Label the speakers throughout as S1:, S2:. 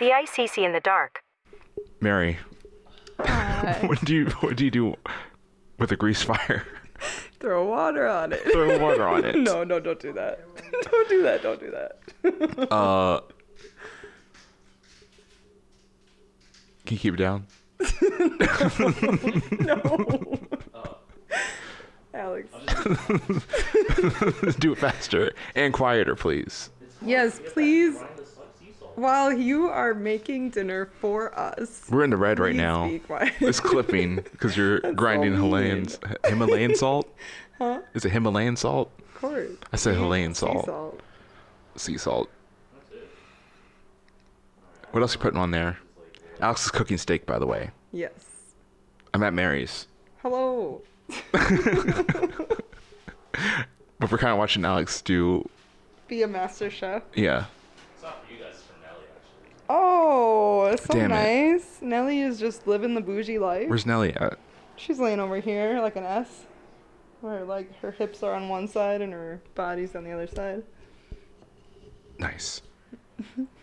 S1: The ICC in the dark.
S2: Mary, what do you what do you do with a grease fire?
S3: Throw water on it.
S2: Throw water on it.
S3: no, no, don't do that. don't do that. Don't do that.
S2: Uh, Can you keep it down?
S3: No. Alex.
S2: do it faster and quieter, please.
S3: Yes, please. While you are making dinner for us,
S2: We're in the red right
S3: Please
S2: now.
S3: be quiet.
S2: It's clipping because you're grinding
S3: so mean.
S2: Himalayan Himalayan salt. Huh? Is it Himalayan salt?
S3: of course.
S2: I said Himalayan
S3: Sea
S2: salt.
S3: salt.
S2: Sea salt. What else you putting on there? Alex is cooking steak, by the way.
S3: Yes.
S2: I'm at Mary's,
S3: Hello.
S2: but we're kind of watching Alex do.
S3: Be a master chef.
S2: Yeah,
S3: Oh, that's so
S2: Damn it.
S3: nice. Nelly is just living the bougie life.
S2: where's Nelly at?
S3: She's laying over here like an S. Where like her hips are on one side and her body's on the other side.
S2: Nice.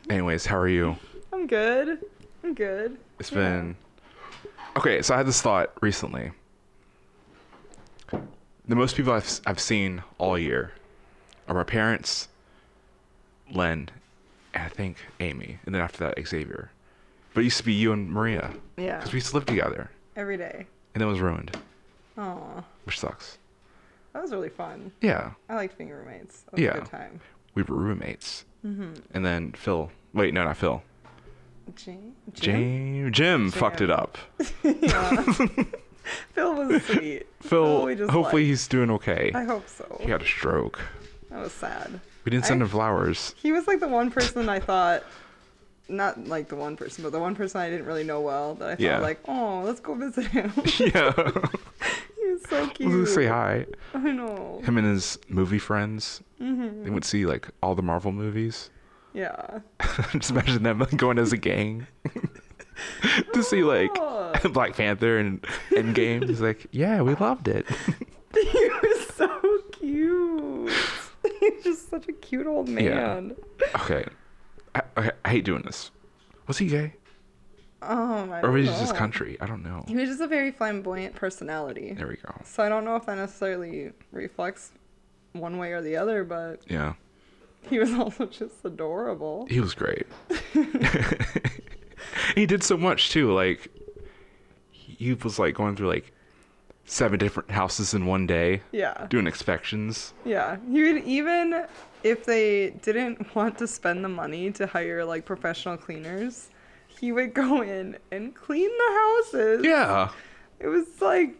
S2: Anyways, how are you?
S3: I'm good. I'm good.
S2: It's
S3: Yeah.
S2: been okay. So I had this thought recently. The most people I've I've seen all year are my parents, Len, and I think Amy, and then after that Xavier. But it used to be you and Maria
S3: Yeah.
S2: because we used to live together,
S3: Every day.
S2: and it was ruined,
S3: Aw.
S2: which sucks.
S3: That was really fun.
S2: Yeah,
S3: I liked being roommates. That was
S2: Yeah.
S3: a good time.
S2: we were roommates, and then Phil. Wait, no, not Phil.
S3: Jane?
S2: Jim. Jim, fucked it up.
S3: Phil was sweet.
S2: Phil.
S3: we just
S2: hopefully
S3: liked.
S2: he's doing okay.
S3: I hope so.
S2: He had a stroke.
S3: That was sad.
S2: We didn't send
S3: I-
S2: him flowers.
S3: He was like the one person I thought, not like the one person, but the one person I didn't really know well that I thought
S2: Yeah.
S3: like, oh, let's go visit him.
S2: yeah.
S3: he was so cute.
S2: Let's say hi.
S3: I know.
S2: Him and his movie friends.
S3: Mm-hmm.
S2: They would see like all the Marvel movies.
S3: Yeah.
S2: Just imagine them like, going as a gang to see like
S3: Oh.
S2: Black Panther and Endgame. He's like, yeah, we loved it.
S3: he was so cute. He's just such a cute old man.
S2: okay. I, okay, I hate doing this. Was he gay?
S3: Um, I
S2: Or
S3: don't
S2: was he just
S3: know.
S2: country? I don't know.
S3: He was just a very flamboyant personality.
S2: There we go.
S3: So I don't know if that necessarily reflects one way or the other, but
S2: Yeah.
S3: he was also just adorable.
S2: He was great. he did so much too. Like he was like going through like seven different houses in one day,
S3: Yeah.
S2: doing inspections.
S3: Yeah, he would even if they didn't want to spend the money to hire like professional cleaners, he would go in and clean the houses.
S2: Yeah,
S3: it was like,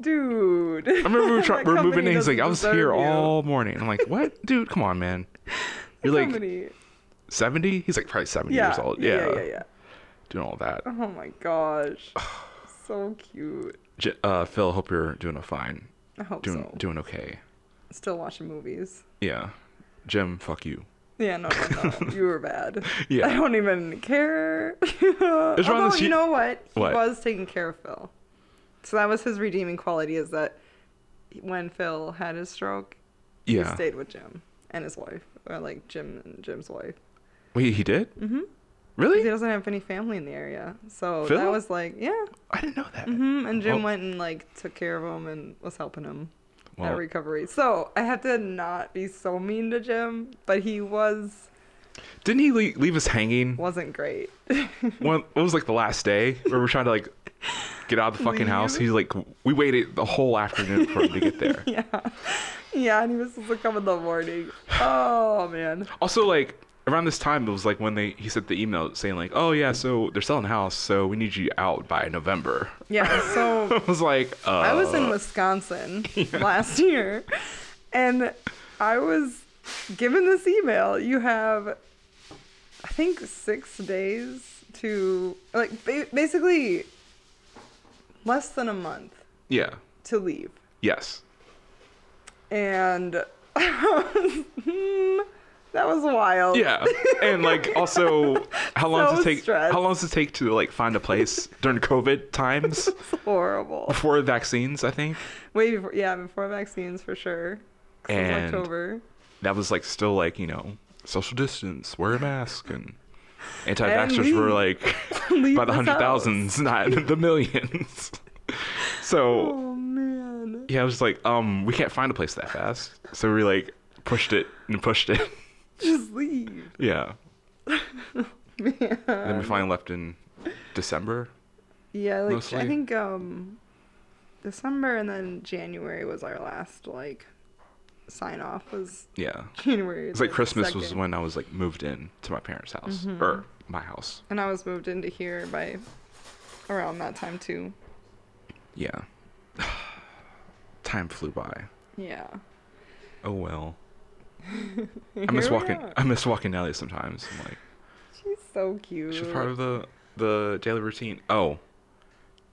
S3: dude.
S2: I remember we were, try- we were moving in. He's like, I was here all morning. I'm like, what, dude? Come on, man. You're like
S3: Company.
S2: 70. He's like probably 70
S3: yeah,
S2: years old.
S3: Yeah,
S2: Yeah,
S3: yeah, yeah, yeah.
S2: doing all that.
S3: Oh my gosh, so cute.
S2: J- uh, Phil, hope you're doing fine.
S3: I hope
S2: Doing
S3: so.
S2: doing okay.
S3: Still watching movies.
S2: Yeah, Jim, fuck you.
S3: Yeah, no, no, no. you were bad.
S2: Yeah.
S3: I don't even care. Although,
S2: wrong with
S3: you
S2: you-
S3: know what? He
S2: What?
S3: was taking care of Phil. So that was his redeeming quality is that when Phil had his stroke, he
S2: Yeah.
S3: stayed with Jim and his wife, or like Jim and Jim's wife.
S2: Wait, he did? Mm-hmm. Really?
S3: He doesn't have any family in the area. So
S2: Phil?
S3: that was like, yeah.
S2: I didn't know that.
S3: hmm And Jim
S2: Oh.
S3: went and like took care of him and was helping him
S2: Well-
S3: at recovery. So I have to not be so mean to Jim, but he was
S2: Didn't he leave, leave us hanging?
S3: wasn't great.
S2: One, it was like the last day where we're trying to like get out of the fucking house.
S3: Leave.
S2: He's like, we waited the whole afternoon for him to get there.
S3: Yeah. Yeah, and he was supposed to come in the morning. Oh man.
S2: Also, like around this time, it was like when they he sent the email saying like, oh yeah, so they're selling the house, so we need you out by November.
S3: Yeah, so
S2: I was like, uh,
S3: I was in Wisconsin last year and I was given this email. You have I think 6 days to like ba- basically less than a month
S2: yeah,
S3: to leave.
S2: yes,
S3: And hmm, that was wild.
S2: yeah, and like also, how long does
S3: So
S2: it take?
S3: stressed.
S2: How long does it take to like find a place during COVID times
S3: It's horrible.
S2: before vaccines? I think
S3: Way before, yeah, before vaccines for sure. 'Cause it was
S2: And-
S3: October.
S2: that was like still like you know social distance, wear a mask, and Anti-vaxxers were
S3: leave-
S2: like
S3: leave
S2: by the
S3: this
S2: hundred
S3: house.
S2: thousands, not the millions. so
S3: Oh man.
S2: yeah, I was just like, um, we can't find a place that fast. So we like pushed it and pushed it.
S3: Just leave.
S2: yeah.
S3: Man.
S2: And then we finally left in December.
S3: Yeah, like I
S2: Mostly-
S3: think um December and then January was our last like sign off was
S2: Yeah.
S3: January.
S2: It's like
S3: the
S2: Christmas was
S3: second. Mm-hmm.
S2: when I was like moved in to my parents' house or my house.
S3: and I was moved into here by around that time too.
S2: Yeah. Time flew by.
S3: Yeah.
S2: Oh well. I miss
S3: Here we
S2: walking.
S3: are.
S2: I miss walking Nelly sometimes. I'm like,
S3: She's so cute.
S2: she's part of the the daily routine. Oh,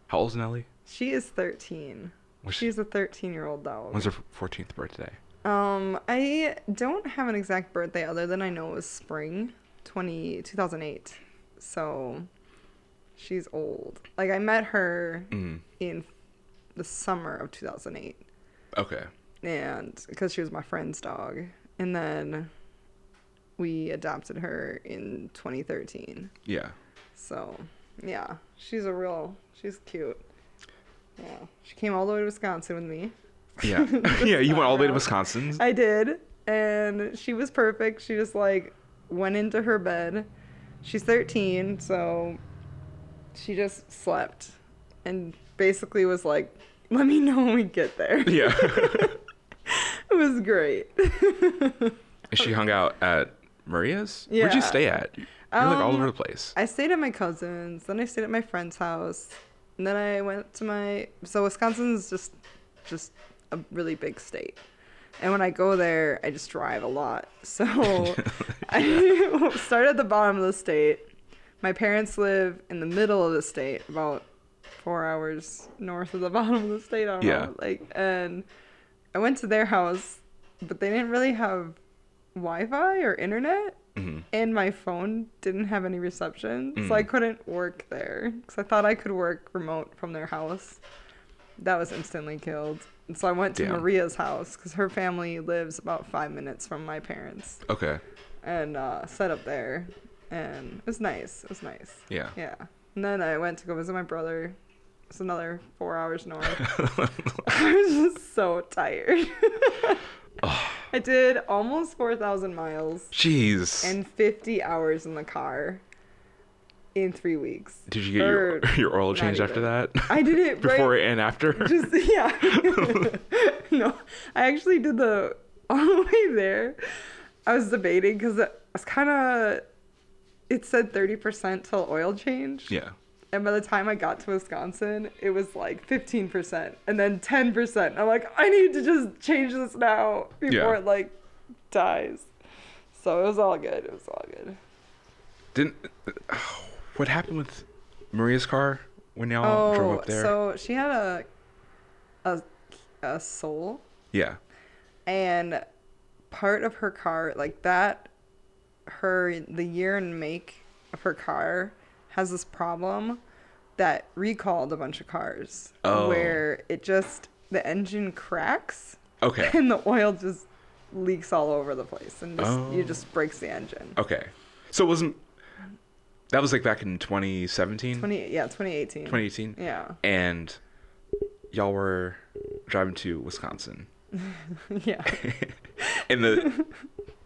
S2: how old's Nelly?
S3: She is 13.
S2: Was she-
S3: She's a 13 year old dog.
S2: When's her fourteenth birthday?
S3: Um, I don't have an exact birthday other than I know it was spring 20, 2008. So she's old. Like I met her
S2: Mm.
S3: in the summer of 2008
S2: Okay.
S3: and because she was my friend's dog and then we adopted her in 2013.
S2: Yeah.
S3: So, yeah, she's a real she's cute. Yeah. She came all the way to Wisconsin with me.
S2: Yeah. yeah. You went all the way to Wisconsin.
S3: I did, and she was perfect. She just like went into her bed. She's 13, so she just slept and basically was like, "Let me know when we get there."
S2: yeah.
S3: it was great.
S2: and she hung out at Maria's. Where'd
S3: Yeah.
S2: you stay at? You're like all
S3: Um,
S2: over the place.
S3: I stayed at my cousin's, then I stayed at my friend's house, and then I went to my. So Wisconsin's just just a really big state, and when I go there, I just drive a lot. So I started at the bottom of the state. My parents live in the middle of the state, about four hours north of the bottom of the state. I don't
S2: Yeah.
S3: know, like, and I went to their house, but they didn't really have Wi-Fi or internet, and my phone didn't have any reception, so I couldn't work there because I thought I could work remote from their house. That was instantly killed. And so I went to
S2: Damn.
S3: Maria's house because her family lives about five minutes from my parents,
S2: okay.
S3: and uh, set up there, and it was nice. It was nice.
S2: Yeah.
S3: Yeah. And then I went to go visit my brother. It's another four hours north. I was just so tired. I did almost 4,000 miles
S2: Jeez.
S3: and 50 hours in the car in three weeks.
S2: Did you get your,
S3: Or
S2: your oil
S3: not
S2: change after
S3: even.
S2: that?
S3: I did it right-
S2: Before and after?
S3: Just, yeah. no, I actually did the, all the way there. I was debating because it was kind of, it said 30% till oil change.
S2: yeah.
S3: And by the time I got to Wisconsin, it was like 15% and then 10%. I'm like, I need to just change this now before
S2: Yeah.
S3: it like dies. So it was all good. It was all good.
S2: Didn't. uh, what happened with Maria's car when y'all drove
S3: Oh,
S2: up there?
S3: so she had a a a soul
S2: yeah.
S3: and part of her car like that her the year and make of her car has this problem that recalled a bunch of cars
S2: Oh.
S3: where it just the engine cracks
S2: Okay.
S3: and the oil just leaks all over the place and just you
S2: Oh.
S3: just breaks the engine
S2: Okay. So it wasn't. That was like back in 2017,
S3: 20 yeah 2018
S2: 2018.
S3: yeah
S2: And y'all were driving to Wisconsin.
S3: yeah
S2: And the,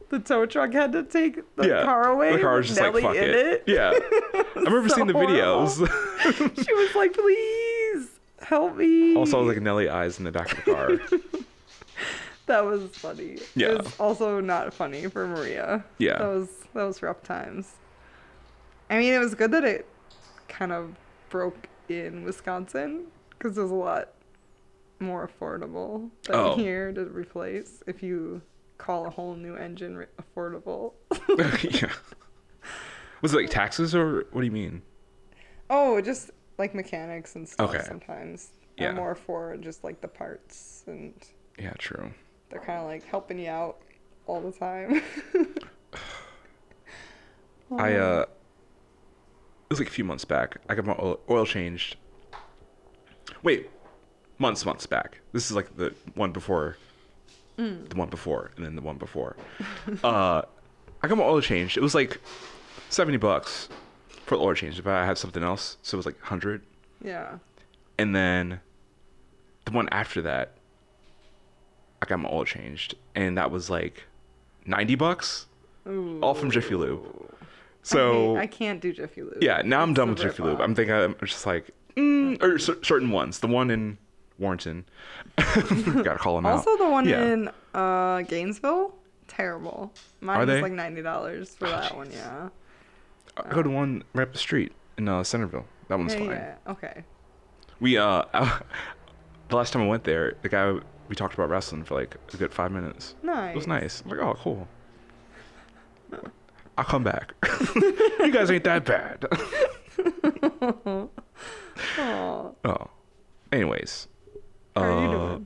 S3: the tow truck had to take the
S2: yeah,
S3: car away
S2: the car was
S3: with
S2: just like,
S3: Nelly
S2: fuck
S3: in
S2: it.
S3: it.
S2: Yeah. I remember
S3: so
S2: seeing the videos.
S3: she was like please help me
S2: also, I was like Nelly eyes in the back of the car.
S3: That was funny.
S2: Yeah.
S3: It was also not funny for Maria.
S2: Yeah.
S3: That was that was rough times. I mean, it was good that it kind of broke in Wisconsin because it was a lot more affordable than
S2: Oh.
S3: here to replace if you call a whole new engine re- affordable.
S2: yeah. Was it like taxes or what do you mean?
S3: oh, just like mechanics and stuff
S2: Okay.
S3: sometimes
S2: Yeah.
S3: are more for just like the parts and
S2: Yeah, true.
S3: they're kind of like helping you out all the time.
S2: I
S3: Oh.
S2: uh, it was like a few months back. I got my oil, oil changed. Wait, months, months back. This is like the one before,
S3: Mm.
S2: the one before, and then the one before. uh, I got my oil changed. It was like seventy bucks for the oil change. If I had something else, so it was like hundred.
S3: Yeah.
S2: And then the one after that, I got my oil changed, and that was like ninety bucks, all from Jiffy Lube. So
S3: I, I can't do Jiffy Lube.
S2: yeah, now I'm
S3: It's
S2: done
S3: a
S2: with Jiffy Lube.
S3: ripoff.
S2: I'm thinking I'm just like, mm, or cer- certain ones. The one in Warrenton, gotta call him out.
S3: Also, the one
S2: Yeah.
S3: in uh, Gainesville, terrible. Mine
S2: Are
S3: was
S2: they? Oh,
S3: like ninety dollars for that one.
S2: jeez.
S3: Yeah.
S2: I go to one right up the street in uh, Centerville. That one's
S3: Yeah,
S2: fine.
S3: yeah. Okay.
S2: We uh, the last time I went there, the guy we talked about wrestling for like a good five minutes.
S3: Nice.
S2: It was nice. I'm like, oh, cool. I'll come back. you guys ain't that bad.
S3: Aw.
S2: oh, anyways,
S3: How are you
S2: Uh,
S3: doing?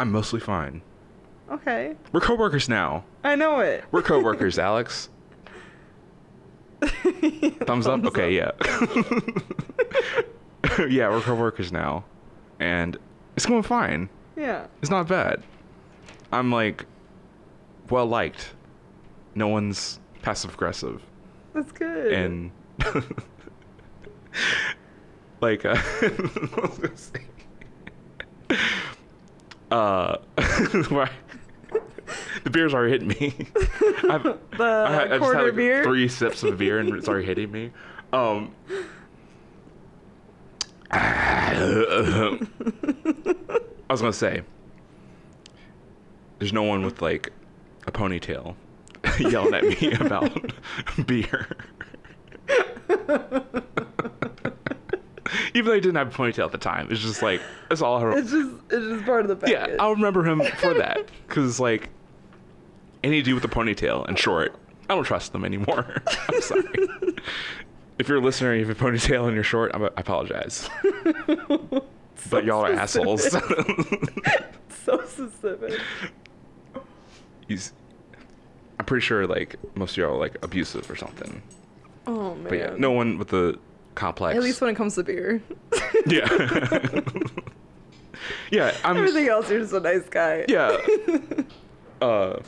S2: I'm mostly fine.
S3: Okay.
S2: We're coworkers now.
S3: I know it.
S2: We're coworkers, Alex. Thumbs, up? Okay, yeah. yeah, we're coworkers now. And it's going fine.
S3: Yeah.
S2: It's not bad. I'm like well liked. No one's passive aggressive.
S3: That's good.
S2: And like uh, what was I gonna say? uh why- the beer's already hitting me. I've
S3: the
S2: I, I just
S3: quarter
S2: had like
S3: beer.
S2: three sips of beer and it's already hitting me. Um, I was gonna say, there's no one with like a ponytail yelling at me about beer. Even though I didn't have a ponytail at the time, it's just like that's all. I
S3: It's just it's just part of the package.
S2: yeah, I'll remember him for that because like any dude with a ponytail and short, I don't trust them anymore. I'm sorry. if you're a listener, and you have a ponytail and you're short, I'm, I apologize. but y'all are assholes.
S3: so specific.
S2: He's, I'm pretty sure like most of y'all are like abusive or something.
S3: Oh man.
S2: But yeah, no one with the complex.
S3: At least when it comes to beer.
S2: yeah. yeah, I'm.
S3: Everything else, you're just a nice guy.
S2: Yeah. uh.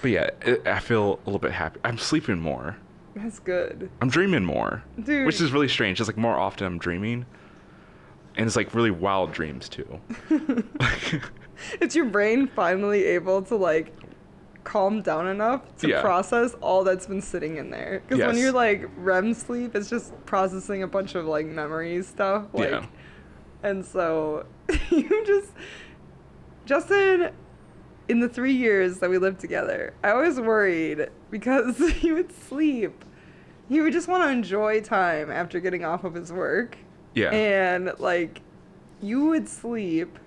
S2: But yeah, I- I feel a little bit happy. I'm sleeping more.
S3: That's good.
S2: I'm dreaming more,
S3: Dude.
S2: which is really strange. It's like more often I'm dreaming, and it's like really wild dreams too. like,
S3: It's your brain finally able to like calm down enough to
S2: Yeah.
S3: process all that's been sitting in there. Because when
S2: Yes.
S3: you're like REM sleep, it's just processing a bunch of like memory stuff. Like,
S2: yeah,
S3: And so you just Justin in the three years that we lived together, I was worried because he would sleep. He would just want to enjoy time after getting off of his work.
S2: yeah,
S3: And like you would sleep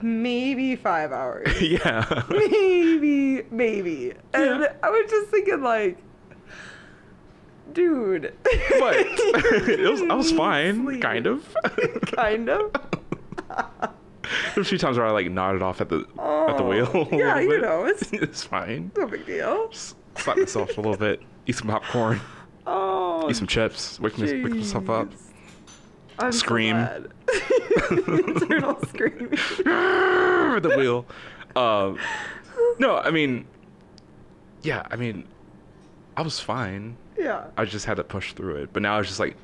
S3: maybe five hours.
S2: yeah.
S3: maybe, maybe. And
S2: Yeah.
S3: I was just thinking like dude.
S2: but it was, I was
S3: You
S2: fine,
S3: sleep.
S2: kind of.
S3: kind of.
S2: There's a few times where I like nodded off at the at the
S3: Oh,
S2: wheel. a little
S3: yeah, you
S2: bit.
S3: know, it's-
S2: it's fine.
S3: No big deal.
S2: Just slap myself a little bit. Eat some popcorn.
S3: Oh,
S2: Eat some chips. Wake, my, wake myself up.
S3: jeez. I'm so
S2: Scream.
S3: glad. Internal screaming.
S2: at the wheel. Um, no, I mean, yeah, I mean, I was fine.
S3: Yeah.
S2: I just had to push through it. But now it's just like,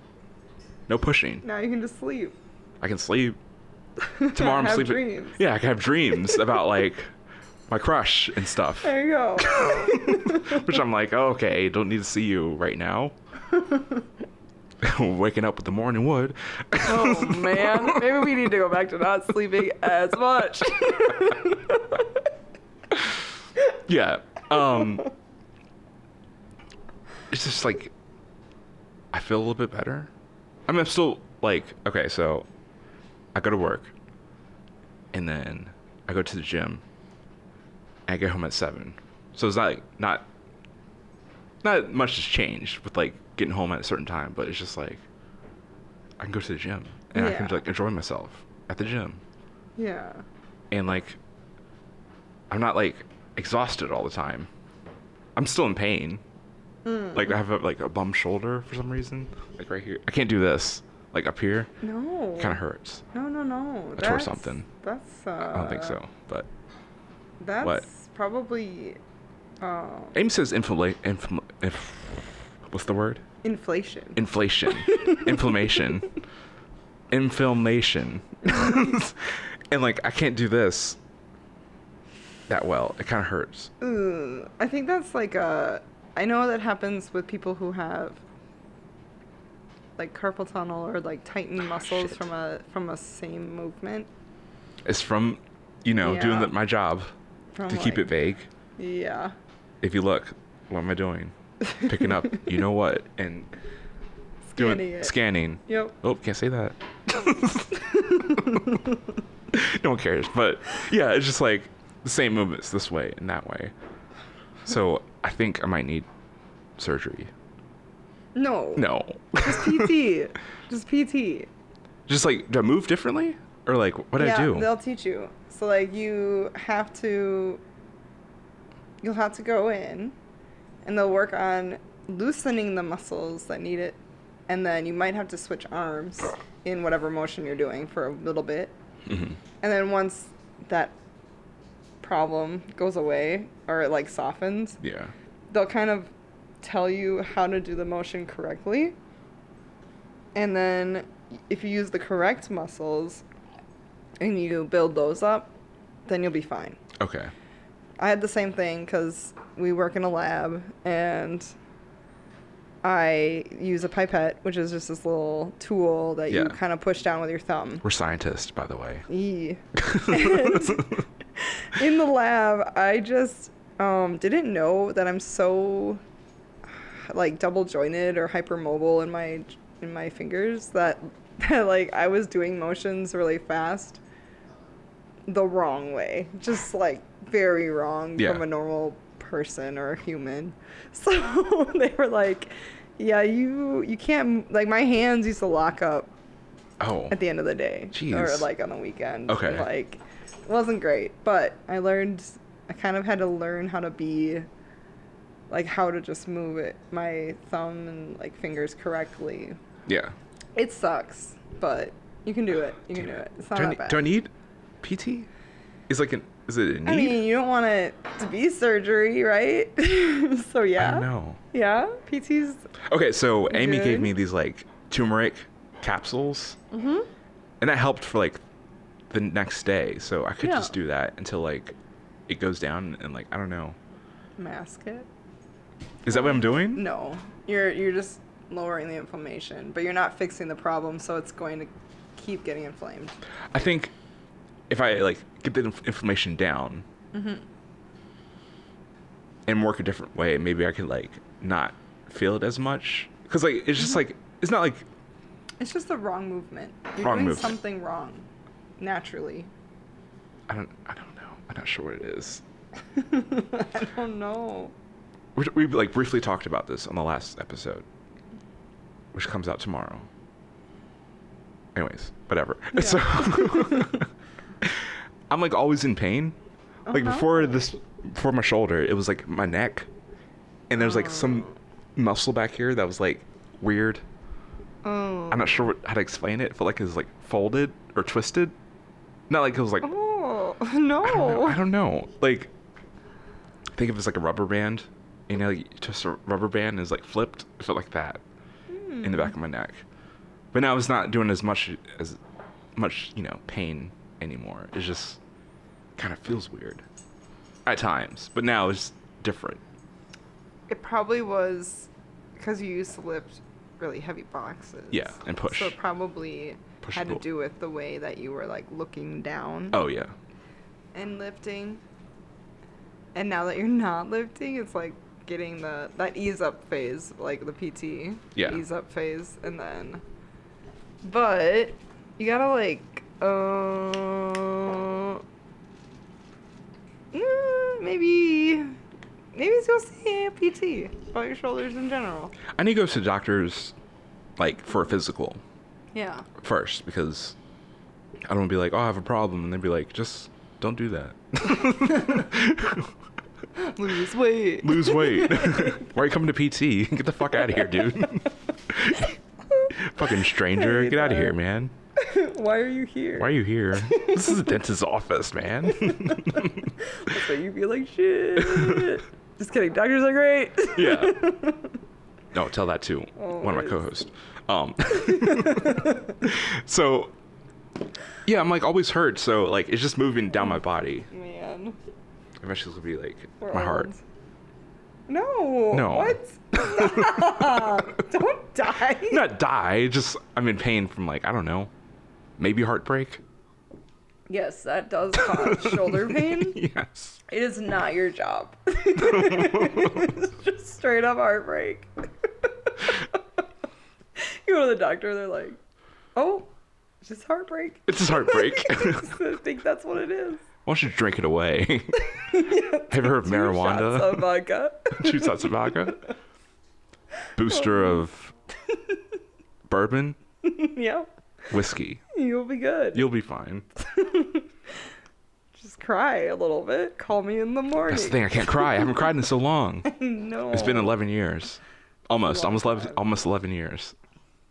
S2: no pushing.
S3: Now you can just sleep.
S2: I can sleep. Tomorrow I'm
S3: Have
S2: sleeping.
S3: dreams.
S2: Yeah, I can have dreams about like my crush and stuff,
S3: There you go.
S2: which I'm like, oh, okay, don't need to see you right now. Waking up with the morning wood.
S3: oh man, maybe we need to go back to not sleeping as much.
S2: Yeah. Um It's just like I feel a little bit better. I mean I'm still like okay, so I go to work and then I go to the gym and I get home at seven. So it's not like not not much has changed with like getting home at a certain time, but it's just like I can go to the gym and I can
S3: Yeah.
S2: like enjoy myself at the gym
S3: yeah.
S2: and like I'm not like exhausted all the time. I'm still in pain. Like I have a, like a bum shoulder for some reason, like right here. I can't do this. Like up here,
S3: No.
S2: kind of hurts.
S3: No, no, no.
S2: I tore something.
S3: That's. Uh,
S2: I don't think so, but
S3: That's
S2: What?
S3: probably Oh,
S2: Amy says infla- infl- inf- what's the word?
S3: inflation.
S2: Inflation, inflammation, inflammation, and like I can't do this that well. It kind of hurts.
S3: Ugh, I think that's like a. I know that happens with people who have like carpal tunnel or like tightened muscles
S2: shit.
S3: from a from a same movement.
S2: It's from, you know, doing
S3: Yeah.
S2: the, my job
S3: From
S2: to keep
S3: like-
S2: it vague.
S3: Yeah.
S2: If you look, what am I doing? Picking up, you know what, and doing
S3: Scanning it.
S2: scanning.
S3: Yep.
S2: Oh, can't say that. no one cares. But yeah, it's just like the same movements this way and that way. So I think I might need surgery.
S3: No.
S2: No.
S3: Just PT. Just PT.
S2: just like, do I move differently? Or like, what do
S3: yeah,
S2: I do?
S3: they'll teach you. So like you have to you'll have to go in and they'll work on loosening the muscles that need it and then you might have to switch arms in whatever motion you're doing for a little bit.
S2: Mhm.
S3: And then once that problem goes away or it like softens,
S2: Yeah.
S3: they'll kind of tell you how to do the motion correctly. And then if you use the correct muscles and you build those up, then you'll be fine.
S2: Okay.
S3: I had the same thing because we work in a lab and I use a pipette, which is just this little tool that you
S2: Yeah.
S3: kind of push down with your thumb.
S2: We're scientists, by the way.
S3: Yee. And in the lab, I just um, didn't know that I'm so like double jointed or hypermobile in my in my fingers that, that like I was doing motions really fast the wrong way, just like very wrong
S2: Yeah.
S3: from a normal person or a human. So they were like, "Yeah, you you can't like my hands used to lock up
S2: Oh.
S3: at the end of the day or
S2: Jeez.
S3: like on the weekend.
S2: Okay.
S3: Like it wasn't great, but I learned I kind of had to learn how to be like how to just move it my thumb and like fingers correctly.
S2: Yeah.
S3: It sucks, but you can do it. You can do it. It's not
S2: do, I,
S3: that
S2: ne-
S3: bad.
S2: do I need PT? Is like an is it a need?
S3: I mean, you don't want it to be surgery, right? so yeah.
S2: no.
S3: Yeah, PT's
S2: Okay, so Amy gave
S3: Good. Mm-hmm.
S2: me these like turmeric capsules, and that helped for like the next day. So I could
S3: Yeah.
S2: just do that until like it goes down, and like I don't know.
S3: mask it.
S2: Is that what I'm doing?
S3: No, you're you're just lowering the inflammation, but you're not fixing the problem, so it's going to keep getting inflamed.
S2: I think if I like get the inf- inflammation down
S3: Mm-hmm.
S2: and work a different way, maybe I could like not feel it as much. Because like it's
S3: Mm-hmm.
S2: just like it's not like
S3: It's just the wrong movement. You're
S2: Wrong
S3: doing
S2: movement.
S3: something wrong, naturally.
S2: I don't I don't know. I'm not sure what it is.
S3: I don't know.
S2: We, we like briefly talked about this on the last episode, which comes out tomorrow. Anyways, whatever. So I'm like always in pain. Like
S3: Uh-huh.
S2: before this, before my shoulder, it was like my neck, and there was like some muscle back here that was like weird.
S3: Oh.
S2: I'm not sure what, how to explain it. It felt like it was like folded or twisted. Not like it was like
S3: Oh
S2: I don't know.
S3: no!
S2: I don't know. Like, think of it as like a rubber band. You know, like, just a rubber band is like flipped. It felt like that in the back of my neck. But now it's not doing as much as much, you know, pain anymore. It just kind of feels weird at times. But now it's different.
S3: It probably was because you used to lift really heavy boxes.
S2: Yeah, and push.
S3: So it probably
S2: Push
S3: had to
S2: pull.
S3: do with the way that you were like looking down
S2: Oh yeah,
S3: and lifting. And now that you're not lifting, it's like getting the that ease up phase, like the PT
S2: Yeah.
S3: ease up phase, and then. But you gotta like, uh, mm, maybe maybe just go see a PT about your shoulders in general.
S2: I need to go to the doctors, like for a physical
S3: Yeah.
S2: first because I don't want to be like, oh, I have a problem, and they'd be like, just don't do that.
S3: Lose weight.
S2: lose weight. Why are you coming to PT? Get the fuck out of here, dude. Fucking stranger,
S3: Hey
S2: get out of here,
S3: there.
S2: man.
S3: Why are you here?
S2: Why are you here? This is a dentist's office, man.
S3: That's why you feel like shit. Just kidding. Doctors are great.
S2: Yeah. No, tell that to one of my
S3: Always.
S2: co-hosts. Um, so, yeah, I'm like always hurt. So like it's just moving down my body.
S3: Man.
S2: Eventually, it'll be like
S3: We're
S2: my heart.
S3: old. No.
S2: No.
S3: What? Stop. Don't die.
S2: Not die. Just I'm in pain from like I don't know, maybe heartbreak.
S3: Yes, that does cause shoulder pain.
S2: yes.
S3: It is not your job. it's just straight up heartbreak. you go to the doctor, they're like, oh, it's just heartbreak.
S2: It's just heartbreak. Why
S3: I think that's what it is.
S2: don't you drink it away? Have you heard of
S3: Two shots
S2: marijuana?
S3: of vodka.
S2: Two shots of vodka. Booster
S3: Oh.
S2: of bourbon,
S3: yeah,
S2: whiskey.
S3: you'll be good.
S2: You'll be fine.
S3: just cry a little bit. Call me in the morning.
S2: That's the thing. I can't cry. I haven't cried in so long.
S3: no.
S2: It's been 11 years. Almost.
S3: long
S2: Almost 11,
S3: time.
S2: almost 11 years.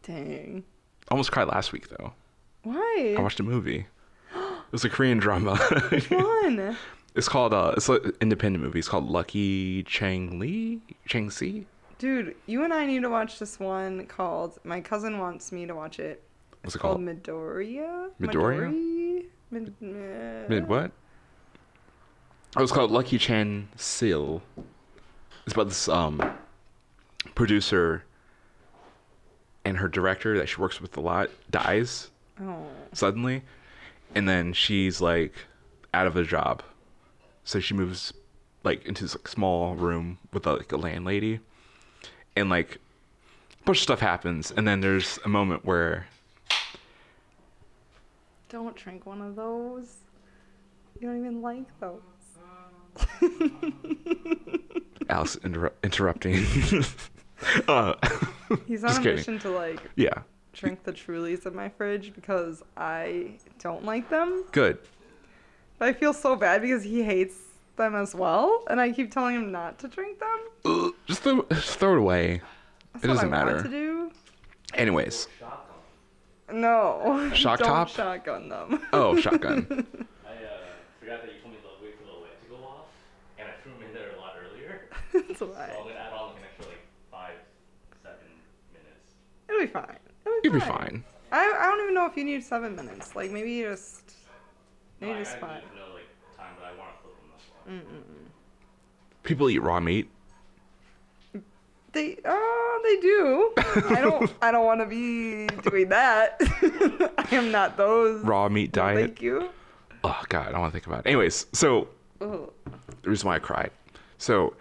S3: Dang.
S2: Almost cried last week, though.
S3: Why?
S2: I watched a movie. It was a Korean drama.
S3: One.
S2: it's called, uh, it's an independent movie. It's called Lucky Chang Lee? Chang Si?
S3: Dude, you and I need to watch this one called My Cousin Wants Me to Watch It.
S2: What's it
S3: called
S2: called?
S3: Midoriya?
S2: Midoriya?
S3: Midori? Mid, uh,
S2: Mid what? It was called Lucky Chan Sil. It's about this um producer and her director that she works with a lot dies
S3: Oh.
S2: suddenly, and then she's like out of a job, so she moves like into this like, small room with like a landlady, and like a bunch of stuff happens, and then there's a moment where
S3: Don't drink one of those. You don't even like those.
S2: Alice interru- interrupting. uh,
S3: He's
S2: Just
S3: on a
S2: kidding.
S3: mission to like
S2: yeah,
S3: drink the Trulies in my fridge because I don't like them.
S2: good.
S3: But I feel so bad because he hates them as well, and I keep telling him not to drink them.
S2: Ugh, Just throw, just throw it away.
S3: That's
S2: It
S3: what
S2: doesn't
S3: I want
S2: matter.
S3: to do.
S2: Anyways,
S3: No.
S2: Shock
S3: don't
S2: top?
S3: Shotgun them.
S2: oh shotgun.
S1: I uh, forgot that you told me to wait for the light to go off, and I threw them in there a lot earlier.
S3: That's
S1: So I'm
S3: why.
S1: gonna add on like an extra like five, seven minutes.
S3: It'll be fine. It'll
S2: You'll be fine.
S3: I, I don't even know if you need seven minutes. Like maybe you just maybe
S1: I,
S3: just
S1: I
S3: five.
S1: didn't know like time, but I want to flip them. That's why.
S2: People eat raw meat.
S3: They oh they do. I don't I don't want to be doing that. I am not those.
S2: Raw meat diet.
S3: Thank you.
S2: Oh god, I don't want to think about it. Anyways, so
S3: Ugh.
S2: the reason why I cried. So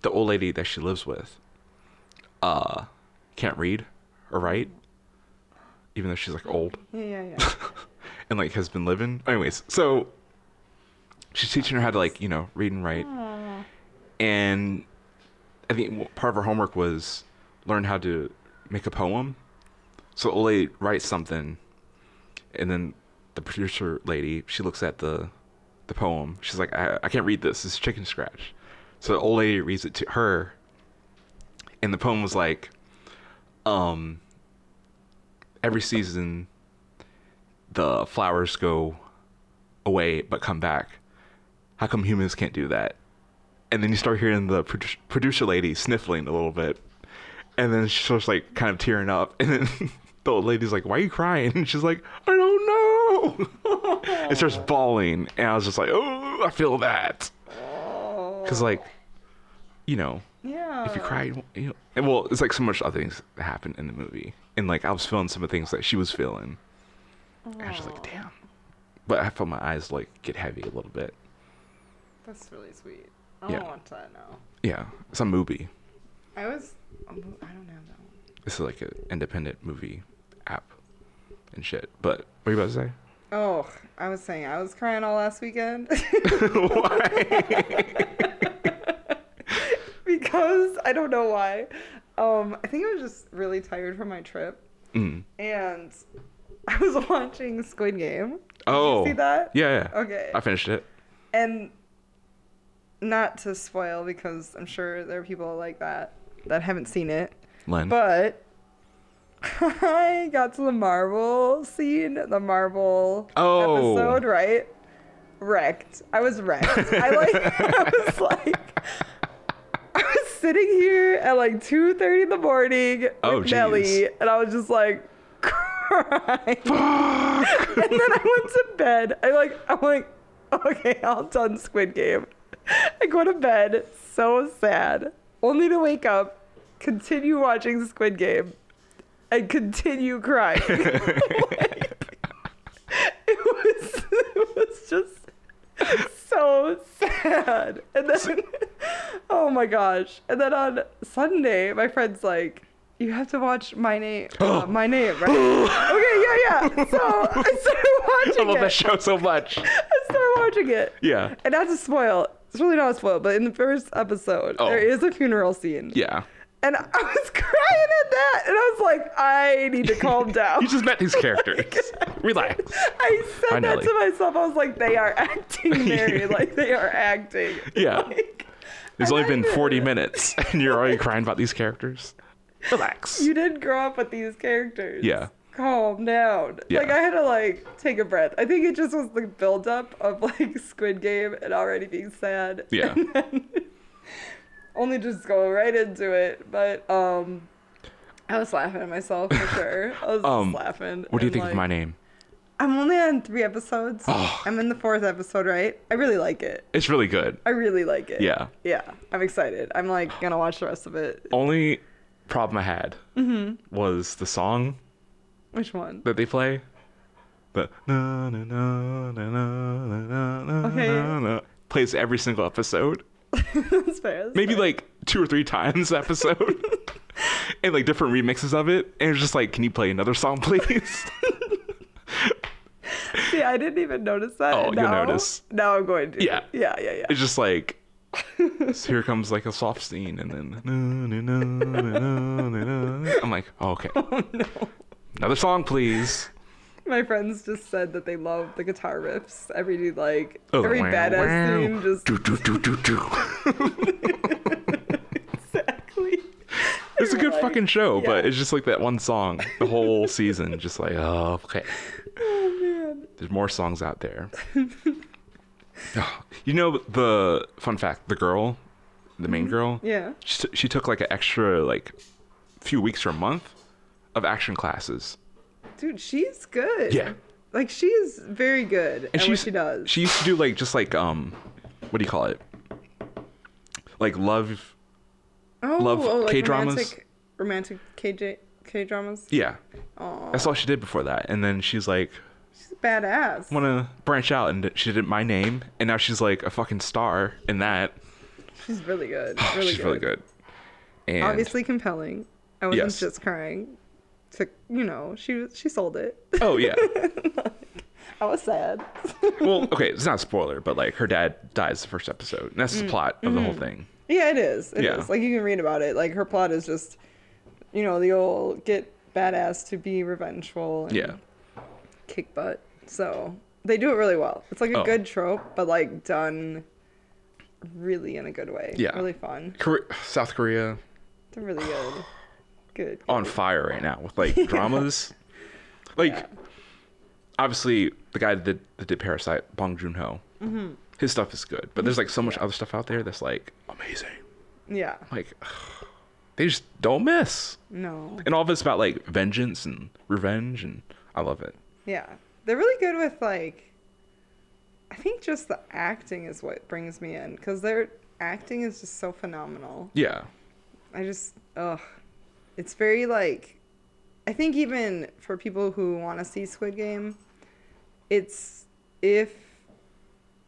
S2: the old lady that she lives with uh can't read or write even though she's like old
S3: Yeah yeah yeah.
S2: and like has been living. Anyways, so she's teaching her how to like, you know, read and write. And I think part of her homework was learn how to make a poem. So the old lady writes something and then the producer lady, she looks at the the poem. She's like, I, I can't read this. It's chicken scratch. So the old lady reads it to her. And the poem was like, um, every season the flowers go away but come back. How come humans can't do that? And then you start hearing the produ- producer lady sniffling a little bit. And then she starts like kind of tearing up. And then the old lady's like, Why are you crying? And she's like, I don't know. it starts bawling. And I was just like, Oh, I feel that.
S3: Oh
S2: Because, like, you know,
S3: yeah.
S2: if you cry, you won't- you know. And well, it's like so much other things that happened in the movie. And like, I was feeling some of the things that she was feeling. And I was just like, damn. But I felt my eyes like get heavy a little bit.
S3: That's really sweet. I
S2: Yeah.
S3: don't want that now.
S2: Yeah. It's a movie.
S3: I was I don't have that one.
S2: This is like an independent movie app and shit. But what are you about to say?
S3: Oh, I was saying I was crying all last weekend. because I don't know why. Um, I think I was just really tired from my trip,
S2: Mm.
S3: and I was watching Squid Game.
S2: Oh.
S3: see that?
S2: Yeah. yeah.
S3: Okay.
S2: I finished it.
S3: And not to spoil, because I'm sure there are people like that that haven't seen it,
S2: Len.
S3: but I got to the Marvel scene, the Marvel
S2: Oh.
S3: episode, right? Wrecked. I was wrecked. I like. I was like. sitting here at like 2.30 in the morning with
S2: Oh,
S3: Nelly,
S2: jeez.
S3: and I was just like crying. and then I went to bed. I like I'm like, okay, I'll done Squid Game. I go to bed, so sad. Only to wake up, continue watching Squid Game, and continue crying. Like, it was it was just so sad. And then oh my gosh. And then on Sunday, my friend's like, you have to watch my name uh, my name, right? okay, yeah, yeah. So I started
S2: I
S3: watching
S2: love
S3: it.
S2: that show so much.
S3: I started watching it.
S2: Yeah.
S3: And not to spoil, it's really not a spoil, but in the first episode,
S2: Oh.
S3: there is a funeral scene.
S2: Yeah.
S3: And I was crying at that. And I was like, I need to calm down.
S2: You just met these characters. Relax.
S3: I said
S2: Hi,
S3: that
S2: Nelly.
S3: to myself. I was like, they are acting, Mary. like, they are acting.
S2: Yeah.
S3: Like,
S2: It's
S3: and
S2: only
S3: I
S2: been
S3: didn't-
S2: 40 minutes and you're already crying about these characters. Relax.
S3: You didn't grow up with these characters.
S2: Yeah.
S3: Calm down.
S2: Yeah.
S3: Like, I had to, like, take a breath. I think it just was the buildup of, like, Squid Game and already being sad.
S2: Yeah.
S3: And then only just go right into it. But, um,. I was laughing at myself for sure. I was just
S2: Um,
S3: laughing.
S2: What do you
S3: and,
S2: think of
S3: like-
S2: my name?
S3: I'm only on three episodes.
S2: Oh.
S3: I'm in the fourth episode, right? I really like it.
S2: It's really good.
S3: I really like it.
S2: Yeah.
S3: Yeah. I'm excited. I'm like gonna watch the rest of it.
S2: Only problem I had
S3: Mm-hmm.
S2: was the song
S3: Which one?
S2: that they play. The na na na na na na na
S3: Okay.
S2: na na plays every single episode.
S3: that's fair. that's
S2: Maybe
S3: fair.
S2: like two or three times an episode. and like different remixes of it. And it's just like, can you play another song please?
S3: See, I didn't even notice that.
S2: Oh,
S3: and
S2: you'll
S3: now-
S2: notice.
S3: Now I'm going to.
S2: Yeah.
S3: Yeah, yeah, yeah.
S2: it's just like so here comes like a soft scene and then na, na, na, na, na, na, na. I'm like, oh, okay.
S3: Oh no.
S2: Another song please.
S3: My friends just said that they love the guitar riffs. Every dude, like
S2: Oh,
S3: every
S2: wow,
S3: badass
S2: wow.
S3: scene just
S2: Do, do, do, do, do.
S3: exactly.
S2: It's a good
S3: They were like-
S2: fucking show, but
S3: yeah.
S2: it's just like that one song the whole season. Just like, oh, okay.
S3: Oh man.
S2: There's more songs out there. Oh, you know the fun fact: the girl, the main girl,
S3: Mm-hmm. Yeah.
S2: she, t- she took like an extra like few weeks or a month of action classes.
S3: Dude, she's good.
S2: Yeah.
S3: Like she's very good at what
S2: used-
S3: she does.
S2: She used to do like just like um, what do you call it? Like love,
S3: Oh,
S2: love
S3: oh, like
S2: K-dramas?
S3: Romantic, romantic KJ, K dramas.
S2: yeah.
S3: Oh,
S2: That's all she did before that, and then she's like,
S3: she's badass.
S2: want to branch out, and she did my name, and now she's like a fucking star in that.
S3: She's really good.
S2: Oh,
S3: Really
S2: she's
S3: good.
S2: really good. And
S3: Obviously compelling. I wasn't
S2: Yes.
S3: just crying. To you know, she was- she sold it.
S2: Oh yeah.
S3: I was sad.
S2: well, okay, it's not a spoiler, but like her dad dies the first episode. And
S3: Mm.
S2: that's the plot of the whole thing.
S3: yeah, it is. It is.
S2: Yeah.
S3: Like you can read about it. Like her plot is just, you know, the old get badass to be revengeful. And
S2: Yeah.
S3: Kick butt. So they do it really well. It's like a
S2: Oh.
S3: good trope, but like done. Really in a good way.
S2: Yeah.
S3: Really fun.
S2: Kore- South Korea
S3: They're really good. Good.
S2: on fire right now with like dramas. Like
S3: Yeah.
S2: obviously the guy that did, that did Parasite, Bong Joon-ho. His stuff is good, but there's like so much other stuff out there that's like amazing.
S3: Yeah.
S2: Like they just don't miss.
S3: No.
S2: And all of it's about like vengeance and revenge and I love it.
S3: Yeah. They're really good with like I think just the acting is what brings me in cuz their acting is just so phenomenal.
S2: Yeah.
S3: I just ugh. It's very like I think even for people who want to see Squid Game, it's if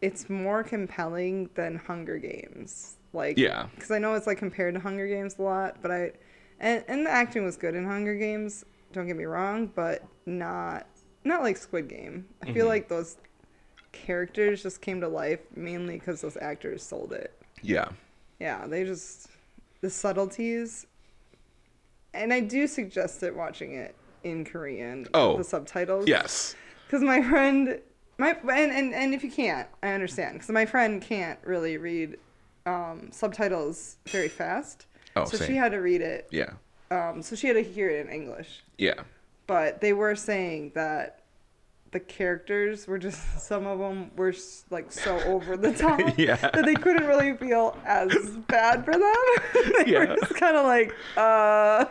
S3: it's more compelling than Hunger Games. Like
S2: Yeah.
S3: because I know it's like compared to Hunger Games a lot, but I and and the acting was good in Hunger Games. Don't get me wrong, but not not like Squid Game. I feel like those characters just came to life mainly because those actors sold it.
S2: Yeah.
S3: Yeah, they just the subtleties. And I do suggest it watching it in Korean.
S2: Oh.
S3: the subtitles.
S2: Yes.
S3: Because my friend, my and, and and if you can't, I understand. Because my friend can't really read um, subtitles very fast.
S2: Oh,
S3: so she
S2: same.
S3: had to read it.
S2: Yeah.
S3: Um, so she had to hear it in English.
S2: Yeah.
S3: But they were saying that the characters were just some of them were s- like so over the top
S2: Yeah.
S3: that they couldn't really feel as bad for them. they
S2: Yeah.
S3: were just kind of like, uh,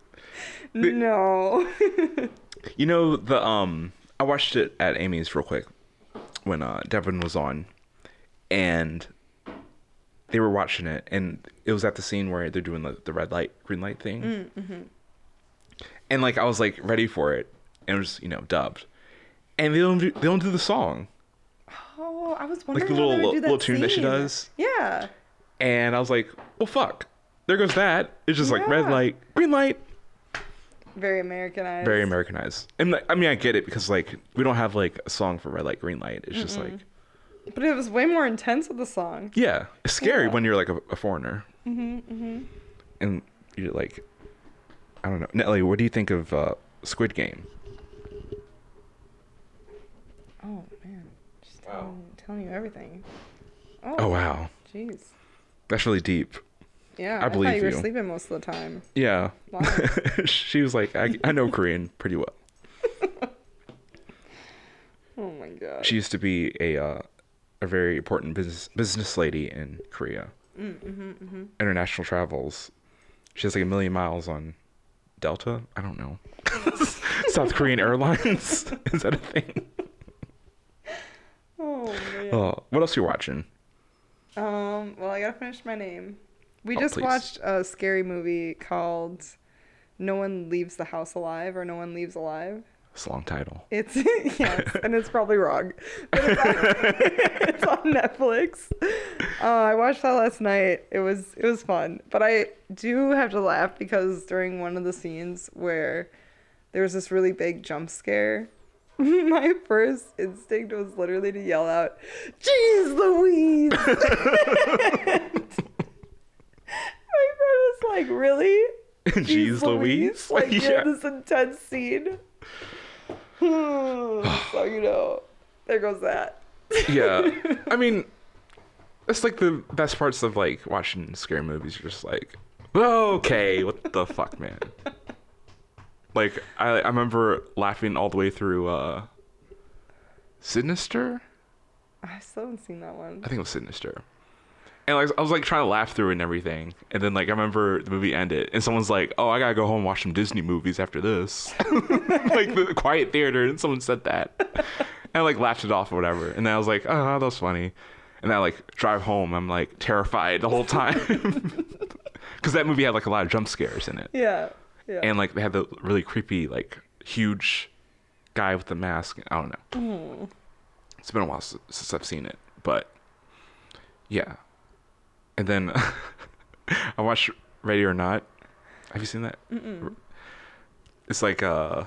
S3: no.
S2: You know the um I watched it at Amy's real quick when uh Devin was on and they were watching it and it was at the scene where they're doing the, the red light green light thing. And like I was like ready for it and it was, you know, dubbed. And they don't do, they don't do the song.
S3: oh, I was
S2: the
S3: wondering how they
S2: little-
S3: would do that
S2: little tune that she
S3: scene.
S2: does?
S3: Yeah.
S2: And I was like, "Well fuck. There goes that." It's just like red
S3: Yeah.
S2: light, green light,
S3: Very Americanized.
S2: very Americanized. And like, I mean, I get it because like we don't have like a song for red light, green light. It's just like
S3: But it was way more intense with the song.
S2: Yeah, it's scary
S3: Yeah.
S2: when you're like a, a foreigner. Mm-hmm, And you're like, I don't know, Nelly. What do you think of uh, Squid Game?
S3: Oh man, just
S1: Wow.
S3: telling, telling you everything. Oh,
S2: Oh wow,
S3: jeez.
S2: that's really deep.
S3: Yeah,
S2: I
S3: I,
S2: believe
S3: thought you were
S2: you.
S3: sleeping most of the time.
S2: Yeah.
S3: Wow.
S2: she was like, I, I know Korean pretty well.
S3: Oh my god.
S2: She used to be a uh, a very important business business lady in Korea. Mm-hmm, International travels. She has like a million miles on Delta. I don't know. South Korean Airlines. Is that a thing?
S3: Oh man.
S2: Oh, what else you watching?
S3: Um. Well, I gotta finish my name. We
S2: Oh,
S3: just
S2: please.
S3: watched a scary movie called "No One Leaves the House Alive" or "No One Leaves Alive."
S2: It's a long title.
S3: It's yes, and it's probably wrong. But it's, on, it's on Netflix. Uh, I watched that last night. It was it was fun, but I do have to laugh because during one of the scenes where there was this really big jump scare, my first instinct was literally to yell out, "Jeez Louise!" my friend was like, "Really?"
S2: Jeez Louise?
S3: Like you
S2: Yeah.
S3: have this intense scene. so you know, there goes that.
S2: Yeah. I mean, it's like the best parts of like watching scary movies. You're just like, okay, what the fuck, man. Like I, I remember laughing all the way through uh Sinister.
S3: I still haven't seen that one.
S2: I think it was Sinister. And like I was like trying to laugh through it and everything, and then like I remember the movie ended, and someone's like, "Oh, I gotta go home and watch some Disney movies after this," like the quiet theater, and someone said that, and I like laughed it off or whatever, and then I was like, "Oh, that was funny," and I like drive home, I'm like terrified the whole time, because that movie had like a lot of jump scares in it,
S3: Yeah. Yeah.
S2: and like they had the really creepy like huge guy with the mask. I don't know. It's been a while s- since I've seen it, but yeah. And then I watched Ready or Not. Have you seen that? Mm-mm. It's like uh,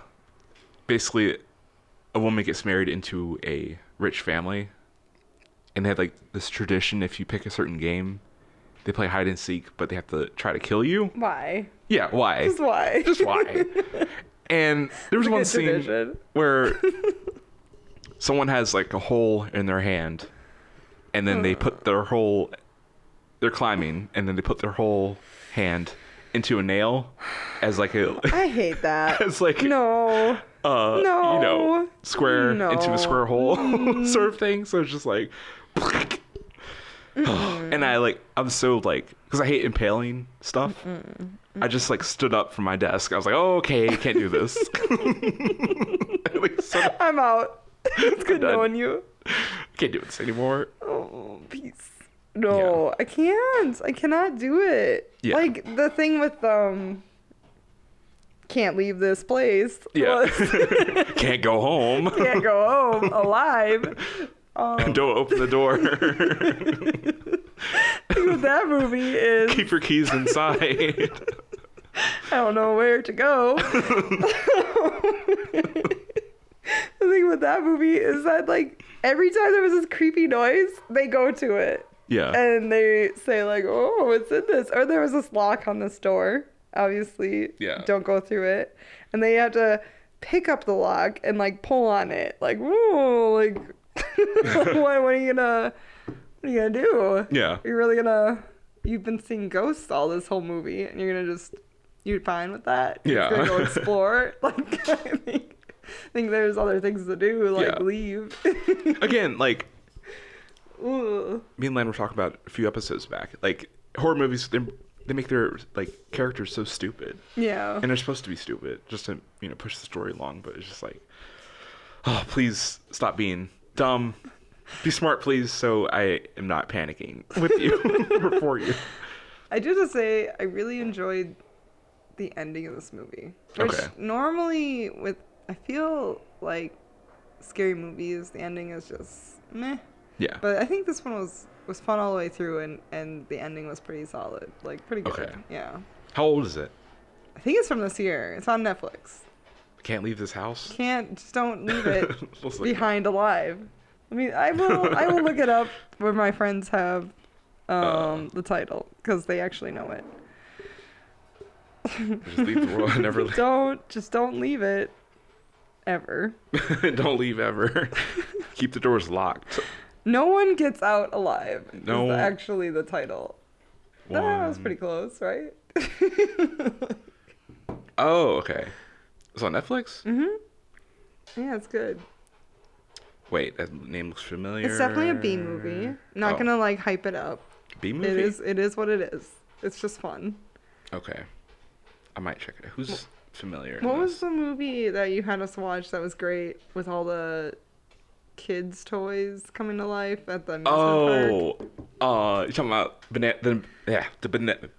S2: basically a woman gets married into a rich family, and they have like this tradition. If you pick a certain game, they play hide and seek, but they have to try to kill you.
S3: why?
S2: Yeah, why?
S3: Just why?
S2: just why? and there was
S3: It's a
S2: one
S3: good
S2: scene
S3: division.
S2: where someone has like a hole in their hand, and then they put their whole they're climbing, and then they put their whole hand into a nail as like a
S3: I hate that.
S2: as like
S3: no.
S2: uh you know
S3: No. Mm.
S2: square into
S3: No.
S2: a square hole sort of thing. So it's just like, and I like I'm so like because I hate impaling stuff. I just like stood up from my desk. I was like, oh, okay, can't do this. I like, stood up,
S3: I'm out. It's good
S2: done.
S3: knowing you.
S2: can't do this anymore.
S3: Oh, peace. No, I can't. I cannot do it.
S2: Yeah.
S3: Like the thing with um can't leave this place.
S2: Yeah,
S3: was-
S2: can't go home.
S3: can't go home alive. Um,
S2: Don't open the door.
S3: thing with that movie is
S2: Keep your keys inside.
S3: I don't know where to go. the thing with that movie is that like every time there was this creepy noise, they go to it
S2: yeah,
S3: and they say like, "Oh, it's in this?" Or there was this lock on this door. Obviously,
S2: Yeah.
S3: Don't go through it, and they have to pick up the lock and like pull on it, like, "Whoa!" Like, what, what are you gonna, what are you gonna do?
S2: yeah.
S3: You're really gonna. You've been seeing ghosts all this whole movie, and you're gonna just. You're fine with that? You're just
S2: Yeah.
S3: gonna go explore? like, I think. think there's other things to do, like
S2: Yeah.
S3: leave.
S2: Again, like
S3: Ooh.
S2: me and Lan were talking about a few episodes back. Like horror movies, they they make their like characters so stupid,
S3: Yeah.
S2: and they're supposed to be stupid just to you know push the story along. But it's just like, oh, please stop being dumb. Be smart, please, so I am not panicking with you or for you.
S3: I do have to say, I really enjoyed the ending of this movie. Which
S2: Okay.
S3: normally, with I feel like scary movies, the ending is just meh.
S2: Yeah.
S3: But I think this one was was fun all the way through, and and the ending was pretty solid, like pretty good.
S2: Okay.
S3: Yeah,
S2: How old is it?
S3: I think it's from this year. It's on Netflix.
S2: Can't leave this house.
S3: Can't just don't leave it
S2: Let's look it up.
S3: behind alive. I mean, I will I will look it up when my friends have
S2: Uh.
S3: um, the title because they actually know it.
S2: Just leave the world. and Never leave.
S3: don't just don't leave it ever.
S2: Don't leave ever. Keep the doors locked.
S3: No one gets out alive. No,
S2: No-
S3: is actually the title. Ah, That was
S2: One-
S3: pretty close, right?
S2: Oh, okay. It's on Netflix.
S3: Mm-hmm. yeah, it's good.
S2: Wait, that name looks familiar.
S3: It's definitely a B movie. Not
S2: Oh.
S3: gonna like hype it up.
S2: B movie.
S3: It is. It is what it is. It's just fun.
S2: Okay, I might check it. out. Who's familiar? in
S3: What was
S2: this?
S3: the movie that you had us watch that was great with all the kids' toys coming to life at the amusement park?
S2: Oh, uh, you talking about banana? The, yeah, the banana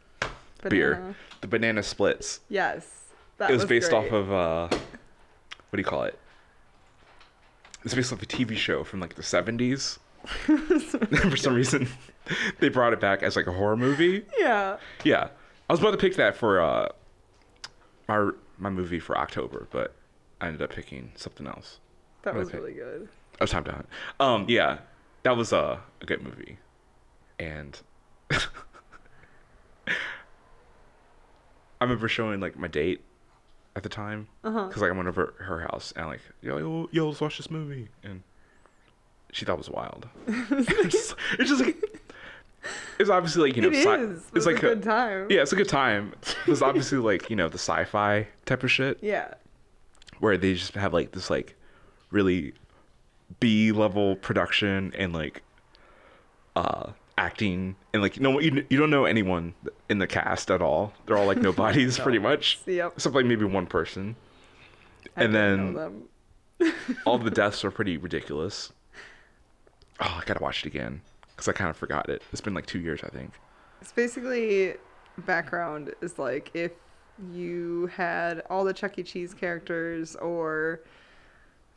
S2: beer,
S3: Banana.
S2: the banana splits.
S3: Yes, that
S2: it was, based
S3: great.
S2: off of uh, what do you call it? It's based off a TV show from like the seventies. For some reason, they brought it back as like a horror movie.
S3: Yeah.
S2: Yeah, I was about to pick that for uh, my my movie for October, but I ended up picking something else.
S3: That
S2: What
S3: was
S2: did I
S3: really good.
S2: Oh, Time to Hunt. Um, yeah, that was uh, a good movie, and I remember showing like my date at the time
S3: Uh-huh.
S2: because like I went over to her house and like yo yo yo let's watch this movie and she thought it was wild. it's, just, it's just like it's obviously like you know
S3: It
S2: sci-
S3: is. It's like a good time.
S2: yeah, it's a good time. There's obviously like you know the sci-fi type of shit
S3: Yeah.
S2: where they just have like this like really B level production and like uh acting and like no you, you don't know anyone in the cast at all. They're all like nobodies pretty much.
S3: Yep.
S2: Except like maybe one person.
S3: I
S2: and
S3: don't
S2: then
S3: know them.
S2: all the deaths are pretty ridiculous. Oh, I gotta watch it again because I kind of forgot it. It's been like two years, I think.
S3: It's basically background is like if you had all the Chuck E. Cheese characters or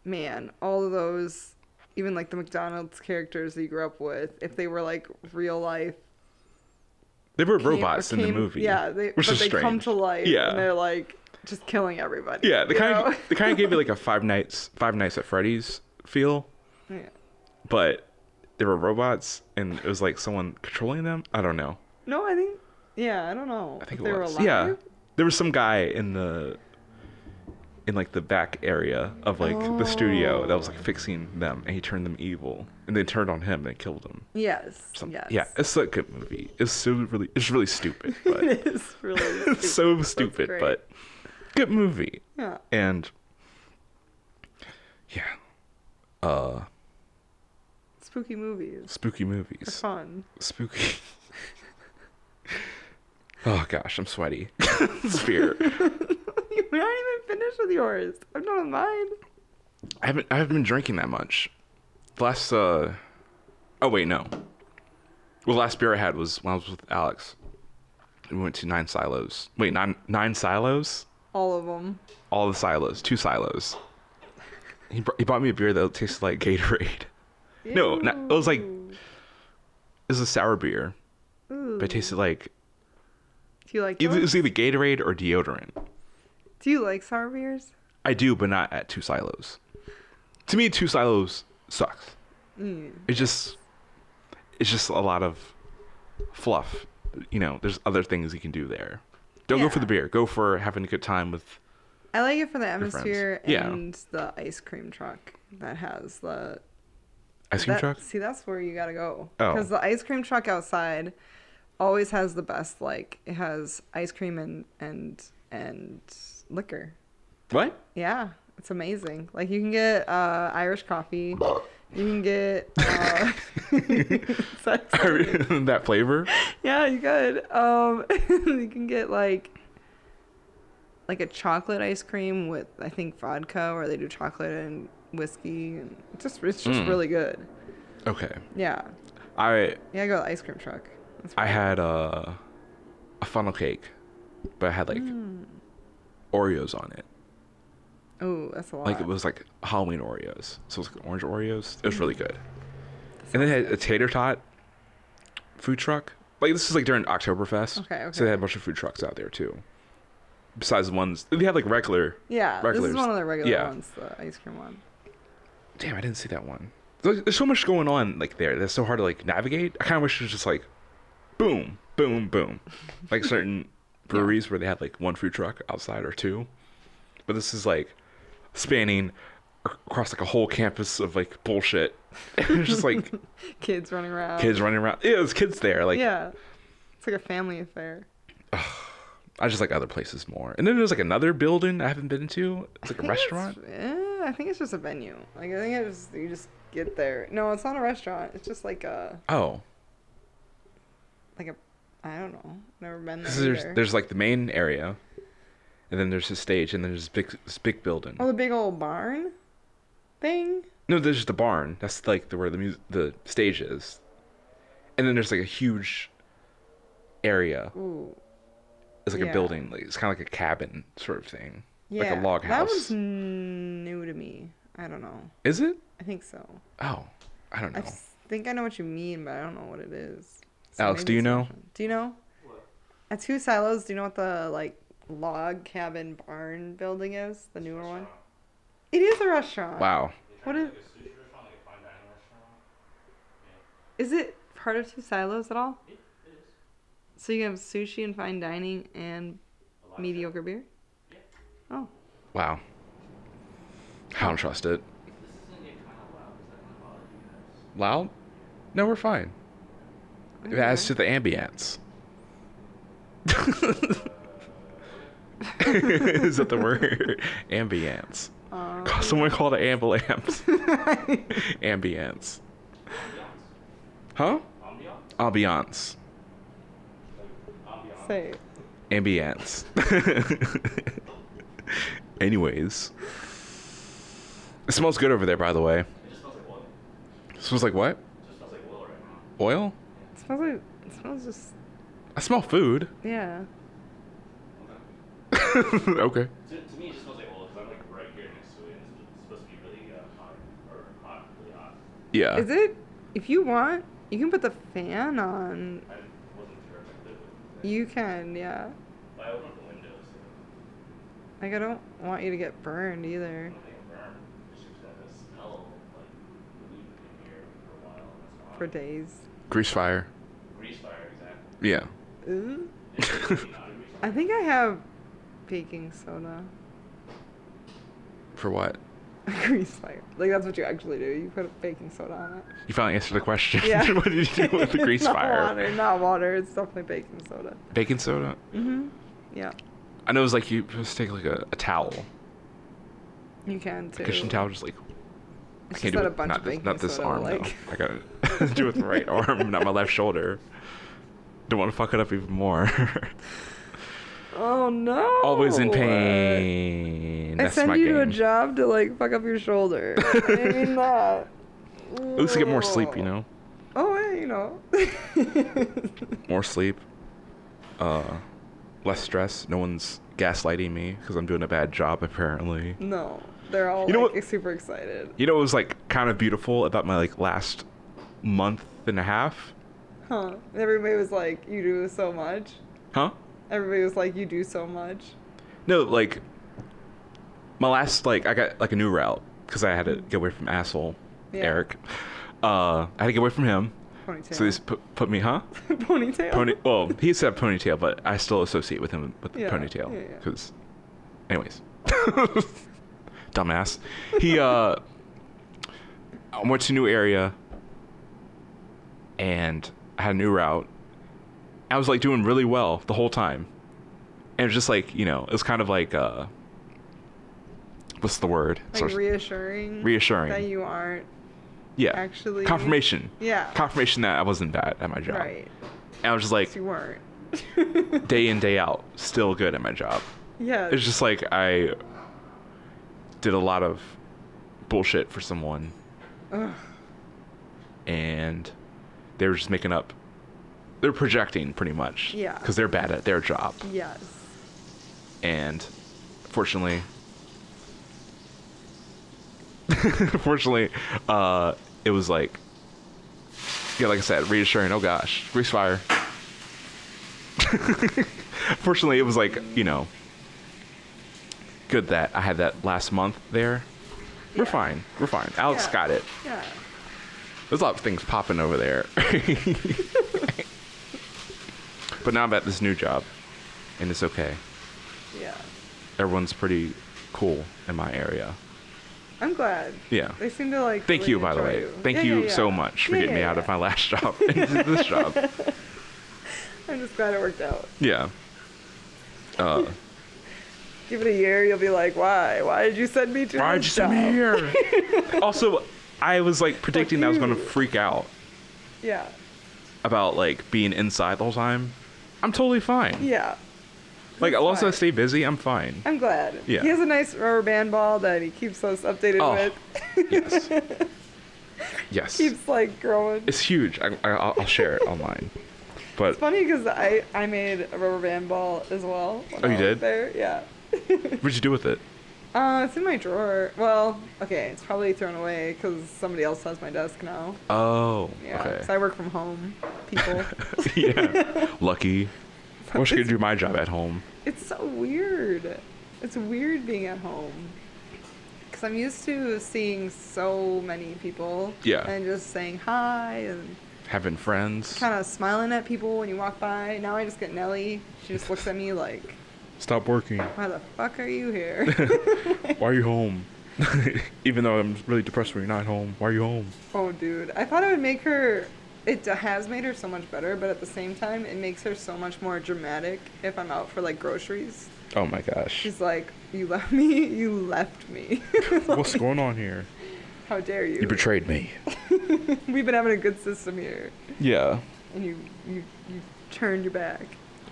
S3: man, all of those even like the McDonald's characters that you grew up with, if they were like real life
S2: They were
S3: came- or
S2: robots in
S3: came-
S2: the movie.
S3: Yeah, they
S2: which
S3: but
S2: is
S3: they
S2: strange.
S3: come to life
S2: Yeah.
S3: and they're like just killing everybody.
S2: Yeah, they
S3: you
S2: kind
S3: know?
S2: of they kind of gave me like a Five Nights Five Nights at Freddy's feel,
S3: Yeah.
S2: but they were robots and it was like someone controlling them. I don't know.
S3: No, I think yeah, I don't know.
S2: I think
S3: if
S2: it
S3: they
S2: was.
S3: were alive.
S2: Yeah, there was some guy in the in like the back area of like the studio that was like fixing them and he turned them evil and they turned on him and killed him.
S3: Yes.
S2: Some-
S3: yes.
S2: Yeah, it's a good movie. It's so really it's really stupid, but
S3: it is really
S2: it's so stupid,
S3: great.
S2: but good movie.
S3: yeah.
S2: And yeah. Uh
S3: Spooky movies.
S2: spooky
S3: are
S2: movies.
S3: fun.
S2: Spooky. oh gosh, I'm sweaty. Fear.
S3: You're not even finished with yours. I'm done with mine.
S2: I haven't I haven't been drinking that much. The last uh oh wait, no. Well the last beer I had was when I was with Alex. We went to nine silos. Wait, nine nine silos?
S3: All of them.
S2: All the silos, two silos. He, br- he bought me a beer that tasted like Gatorade. No, not, it was like it was a sour beer, but it tasted like
S3: Do you like
S2: it
S3: those?
S2: was either Gatorade or deodorant.
S3: Do you like sour beers?
S2: I do, but not at two silos. To me, two silos sucks.
S3: Mm.
S2: It just it's just a lot of fluff. You know, there's other things you can do there. Don't go for the
S3: Yeah.
S2: beer. Go for having a good time with.
S3: I like it for the
S2: friends.
S3: atmosphere
S2: Yeah.
S3: and the ice cream truck that has the
S2: Ice cream
S3: that-
S2: truck?
S3: See, that's where you gotta go.
S2: Oh.
S3: Because the ice cream truck outside always has the best. Like it has ice cream and and and liquor.
S2: What?
S3: Yeah, It's amazing. Like you can get uh, Irish coffee. You can get. Uh, sex-
S2: that flavor.
S3: yeah, you could. Um, you can get like like a chocolate ice cream with I think vodka, or they do chocolate and whiskey, and it's just it's just
S2: Mm.
S3: really good.
S2: Okay.
S3: Yeah,
S2: I
S3: yeah, I go to the ice cream truck. That's
S2: I
S3: fine.
S2: had a a funnel cake, but I had like
S3: Mm.
S2: Oreos on it.
S3: Oh, that's a lot.
S2: Like it was like Halloween Oreos. So it was like orange Oreos. It was really
S3: Mm.
S2: good. And then they had a tater tot food truck. Like this is like during Oktoberfest.
S3: Okay,
S2: So they
S3: okay.
S2: had a bunch of food trucks out there too. Besides the ones they had like regular
S3: yeah, this
S2: regulars.
S3: is one of the regular
S2: Yeah.
S3: ones, the ice cream one.
S2: Damn, I didn't see that one. There's, there's so much going on like there. That's so hard to like navigate. I kind of wish it was just like, boom, boom, boom, like certain breweries where they had like one food truck outside or two. But this is like spanning ac- across like a whole campus of like bullshit. It's just like
S3: Kids running around.
S2: kids running around. Yeah, there's kids there. Like
S3: yeah, it's like a family affair.
S2: I just like other places more. And then there's like another building I haven't been to. It's like a
S3: I think it's-
S2: restaurant.
S3: eh, I think it's just a venue. Like I think it just you just get there. No, it's not a restaurant. It's just like a
S2: Oh,
S3: like a I don't know. Never been there.
S2: So there's
S3: either.
S2: there's like the main area, and then there's the stage, and then there's this big this big building.
S3: oh the big old barn thing.
S2: No, there's just the barn. That's like the, where the mu- the stage is, and then there's like a huge area.
S3: Ooh.
S2: It's like
S3: Yeah.
S2: a building. Like, it's kind of like a cabin sort of thing,
S3: Yeah.
S2: like a log
S3: That
S2: house.
S3: was n- new to me. I don't know.
S2: Is it?
S3: I think so.
S2: Oh, I don't
S3: I
S2: know.
S3: s- think I know what you mean, but I don't know what it is.
S2: Alex,
S3: maybe
S2: do you
S3: it's
S2: know?
S3: different. Do you know?
S1: What?
S3: At Two Silos, do you know what the like log cabin barn building is? The newer one? It is a restaurant.
S2: Wow.
S3: What is
S1: Like a sushi restaurant, like a fine dining restaurant.
S3: is it part of Two Silos at all?
S1: It is.
S3: So you have sushi and fine dining and
S1: A lot of
S3: mediocre beer? Oh,
S2: Wow. I don't trust it.
S1: it. This isn't getting kind of loud. Is that going to bother you guys?
S2: Loud? No, we're fine. As to the ambience. Is that the word? ambience.
S3: Um,
S2: Someone called an ambulance. ambience.
S1: Ambiance.
S2: Huh? Ambiance.
S1: Ambiance. Ambiance.
S3: say
S2: Ambience. Anyways. It smells good over there, by the way.
S1: It just smells like oil. It
S2: smells like what?
S1: just smells like oil right now.
S2: Oil?
S3: it smells like it smells just
S2: I smell food.
S3: yeah.
S1: Okay.
S2: okay.
S1: To, to me, it just smells like oil because I'm like right here next to it. And it's supposed to be really uh, hot or hot, really hot.
S2: Yeah.
S3: Is it if you want, you can put the fan on.
S1: I wasn't sure if I could. but-
S3: You can, yeah.
S1: But I opened up the windows. So
S3: Like I don't want you to get burned either.
S1: I don't think it burned. It's just that the smell like we've been here for a while. and it's
S3: For
S1: hot.
S3: days.
S2: Grease fire.
S1: Grease fire, exactly.
S2: Yeah.
S3: Ooh.
S1: It's really not a grease fire.
S3: I think I have baking soda.
S2: For what?
S3: Grease fire. Like that's what you actually do. You put baking soda on it.
S2: You finally answered the question.
S3: Yeah.
S2: what did you do with the
S3: It's
S2: grease
S3: not
S2: fire?
S3: Water, not water. It's definitely baking soda.
S2: Baking soda.
S3: Mm-hmm. Yeah.
S2: I know it's like you just take like a, a towel,
S3: You can too.
S2: a kitchen towel, just like
S3: It's
S2: I can't
S3: just
S2: do
S3: not
S2: it.
S3: a bunch
S2: not
S3: of
S2: this,
S3: baking
S2: not this
S3: soda,
S2: arm
S3: like.
S2: though. I gotta do it with my right arm, not my left shoulder. Don't want to fuck it up even more.
S3: Oh no.
S2: Always in pain.
S3: I
S2: That's
S3: send
S2: my
S3: you
S2: game.
S3: to a job to like fuck up your shoulder. I mean that.
S2: At least I get more sleep, you know.
S3: Oh, hey, you know.
S2: More sleep. Uh, less stress. No one's gaslighting me because I'm doing a bad job apparently.
S3: no, they're all
S2: You know
S3: like,
S2: what-
S3: super excited.
S2: You know what was like kind of beautiful about my like last month and a half?
S3: Huh? Everybody was like, "You do so much."
S2: Huh?
S3: Everybody was like, "You do so much."
S2: No, like my last like I got like a new route because I had to get away from asshole
S3: Yeah.
S2: Eric. Uh, I had to get away from him,
S3: Ponytail.
S2: so they just put, put me, huh?
S3: ponytail.
S2: Pony. Well, he said ponytail, but I still associate with him with the
S3: Yeah,
S2: ponytail
S3: yeah, yeah.
S2: because, anyways, dumbass. He uh, I went to a new area, and I had a new route. I was like doing really well the whole time, and it was just like you know it was kind of like uh, what's the word?
S3: Like
S2: Sort of-
S3: reassuring.
S2: reassuring.
S3: That you aren't.
S2: yeah.
S3: actually-
S2: Confirmation.
S3: Yeah.
S2: Confirmation that I wasn't bad at my job.
S3: Right.
S2: And I was just like
S3: You weren't.
S2: day in day out, still good at my job.
S3: yeah.
S2: It's just like I did a lot of bullshit for someone,
S3: Ugh.
S2: and they were just making up. They're projecting pretty much.
S3: Yeah.
S2: Because they're bad at their job,
S3: Yes.
S2: and fortunately, fortunately, uh, it was like, yeah, like I said, reassuring. Oh gosh, grease fire. fortunately, it was like you know, good that I had that last month there. We're
S3: Yeah.
S2: fine. We're fine. Alex
S3: Yeah.
S2: got it.
S3: Yeah.
S2: There's a lot of things popping over there. but now I'm at this new job, and it's okay.
S3: Yeah.
S2: Everyone's pretty cool in my area.
S3: I'm glad.
S2: Yeah.
S3: They seem to like.
S2: Thank
S3: really
S2: you, by the
S3: enjoy
S2: way.
S3: you.
S2: Thank
S3: Yeah,
S2: you
S3: yeah,
S2: so
S3: yeah.
S2: much for
S3: Yeah,
S2: getting me
S3: yeah,
S2: out of
S3: yeah.
S2: my last job into this job.
S3: I'm just glad it worked out.
S2: Yeah. Uh,
S3: Give it a year, you'll be like, why? Why did you send me to
S2: why
S3: this
S2: just send
S3: job?"
S2: me here? also, I was like predicting that I was going to
S3: you.
S2: freak out
S3: Yeah.
S2: about like being inside the whole time. I'm totally fine.
S3: Yeah.
S2: like, as long as I
S3: fine.
S2: stay busy, I'm fine.
S3: I'm glad.
S2: Yeah.
S3: He has a nice rubber band ball that he keeps us updated
S2: Oh.
S3: with.
S2: Yes. yes.
S3: keeps like growing.
S2: It's huge. I, I, I'll I'll share it online. But
S3: It's funny because I, I made a rubber band ball as well. when
S2: Oh, you
S3: I was
S2: did?
S3: There, yeah.
S2: what'd you do with it?
S3: Uh, it's in my drawer. Well, okay, it's probably thrown away because somebody else has my desk now.
S2: Oh,
S3: Yeah,
S2: okay.
S3: 'cause I work from home. People,
S2: yeah, lucky. Wish I could do my job at home.
S3: it's so weird. It's weird being at home because I'm used to seeing so many people.
S2: Yeah.
S3: And just saying hi and
S2: Having friends.
S3: kind of smiling at people when you walk by. Now I just get Nelly. She just looks at me like,
S2: Stop working.
S3: "Why the fuck are you here?"
S2: Why are you home? Even though I'm really depressed when you're not home. Why are you home?
S3: Oh, dude. I thought it would make her. It has made her so much better, but at the same time, it makes her so much more dramatic if I'm out for like groceries.
S2: Oh my gosh.
S3: She's like, You left me? You left me.
S2: What's going on here?
S3: How dare you?
S2: You betrayed me.
S3: We've been having a good system here.
S2: Yeah.
S3: And you, you, you turned your back.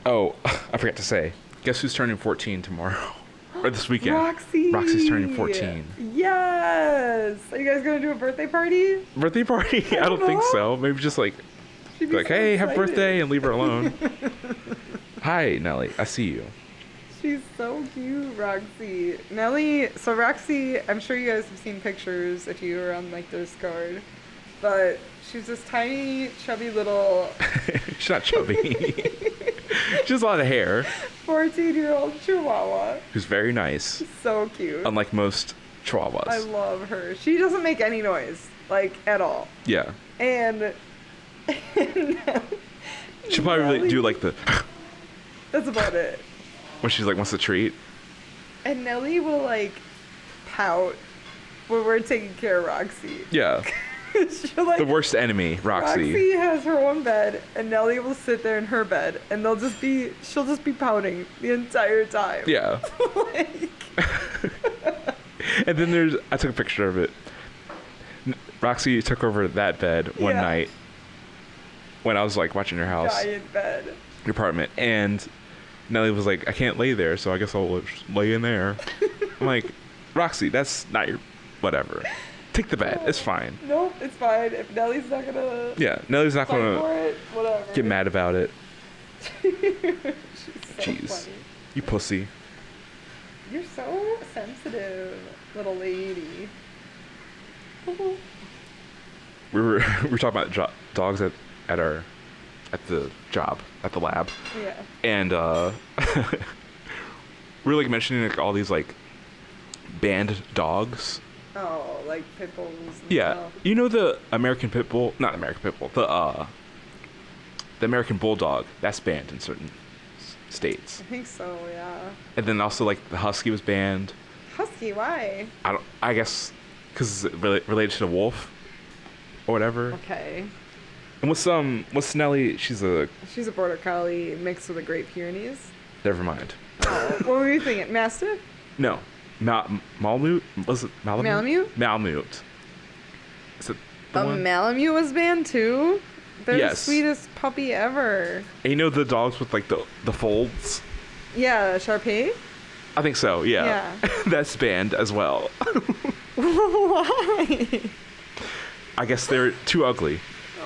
S2: Oh, I forgot to say. Guess who's turning 14 tomorrow? or this weekend?
S3: Roxy!
S2: Roxy's turning 14.
S3: Yes! Are you guys gonna do a birthday party?
S2: Birthday party? I don't,
S3: I don't
S2: think
S3: know.
S2: so. Maybe just like
S3: She'd
S2: Be
S3: be
S2: like,
S3: so
S2: hey, happy
S3: excited.
S2: birthday, and leave her alone. Hi, Nelly. I see you.
S3: She's so cute, Roxy. Nelly, so Roxy, I'm sure you guys have seen pictures if you were on like their Discord, but she's this tiny, chubby little
S2: She's not chubby. she has a lot of hair.
S3: 14 year old Chihuahua.
S2: Who's very nice,
S3: So cute.
S2: unlike most chihuahuas.
S3: I love her. She doesn't make any noise, like at all.
S2: yeah.
S3: And
S2: She probably really
S3: Nelly-
S2: do like the
S3: that's about it.
S2: when she's like wants a treat.
S3: And Nelly will like pout when we're taking care of Roxy.
S2: Yeah.
S3: She'll like
S2: The worst enemy, Roxy.
S3: Roxy has her own bed, and Nellie will sit there in her bed, and they'll just be, she'll just be pouting the entire time.
S2: Yeah.
S3: like,
S2: And then there's I took a picture of it. N- Roxy took over that bed one
S3: Yeah.
S2: night when I was like watching her house.
S3: giant bed.
S2: your apartment and Nelly was like, I can't lay there, so I guess I'll just lay in there. I'm like, Roxy, that's not your whatever. Take the bed. It's fine.
S3: Nope, it's fine. If Nellie's not gonna
S2: Yeah, Nelly's not
S3: fight for
S2: gonna
S3: it, whatever.
S2: get mad about it.
S3: She's so
S2: Jeez.
S3: funny.
S2: You pussy.
S3: You're so sensitive, little lady.
S2: We were we were talking about jo- dogs at, at our at the job, at the lab.
S3: yeah.
S2: and uh, we were like mentioning like all these like banned dogs.
S3: Oh, like pit bulls. And
S2: Yeah,
S3: Stuff.
S2: you know the American Pit Bull, not American Pit Bull, the uh, the American Bulldog. That's banned in certain s- states,
S3: I think so. Yeah.
S2: and then also like the Husky was banned.
S3: Husky, why?
S2: I don't, I guess, because it's rela- related to the wolf, or whatever.
S3: Okay.
S2: And what's um, what's Nelly? She's a.
S3: She's a border collie mixed with a Great Pyrenees.
S2: Never mind.
S3: what were you thinking, Mastiff?
S2: No, Mal- Malmute? Was it Malamute?
S3: Malamute?
S2: Malamute. Is it the
S3: A
S2: one?
S3: Malamute was banned too. They're
S2: Yes.
S3: the sweetest puppy ever.
S2: And you know the dogs with like the the folds?
S3: Yeah, Shar Pei?
S2: I think so, yeah.
S3: Yeah.
S2: That's banned as well.
S3: Why?
S2: I guess they're too ugly.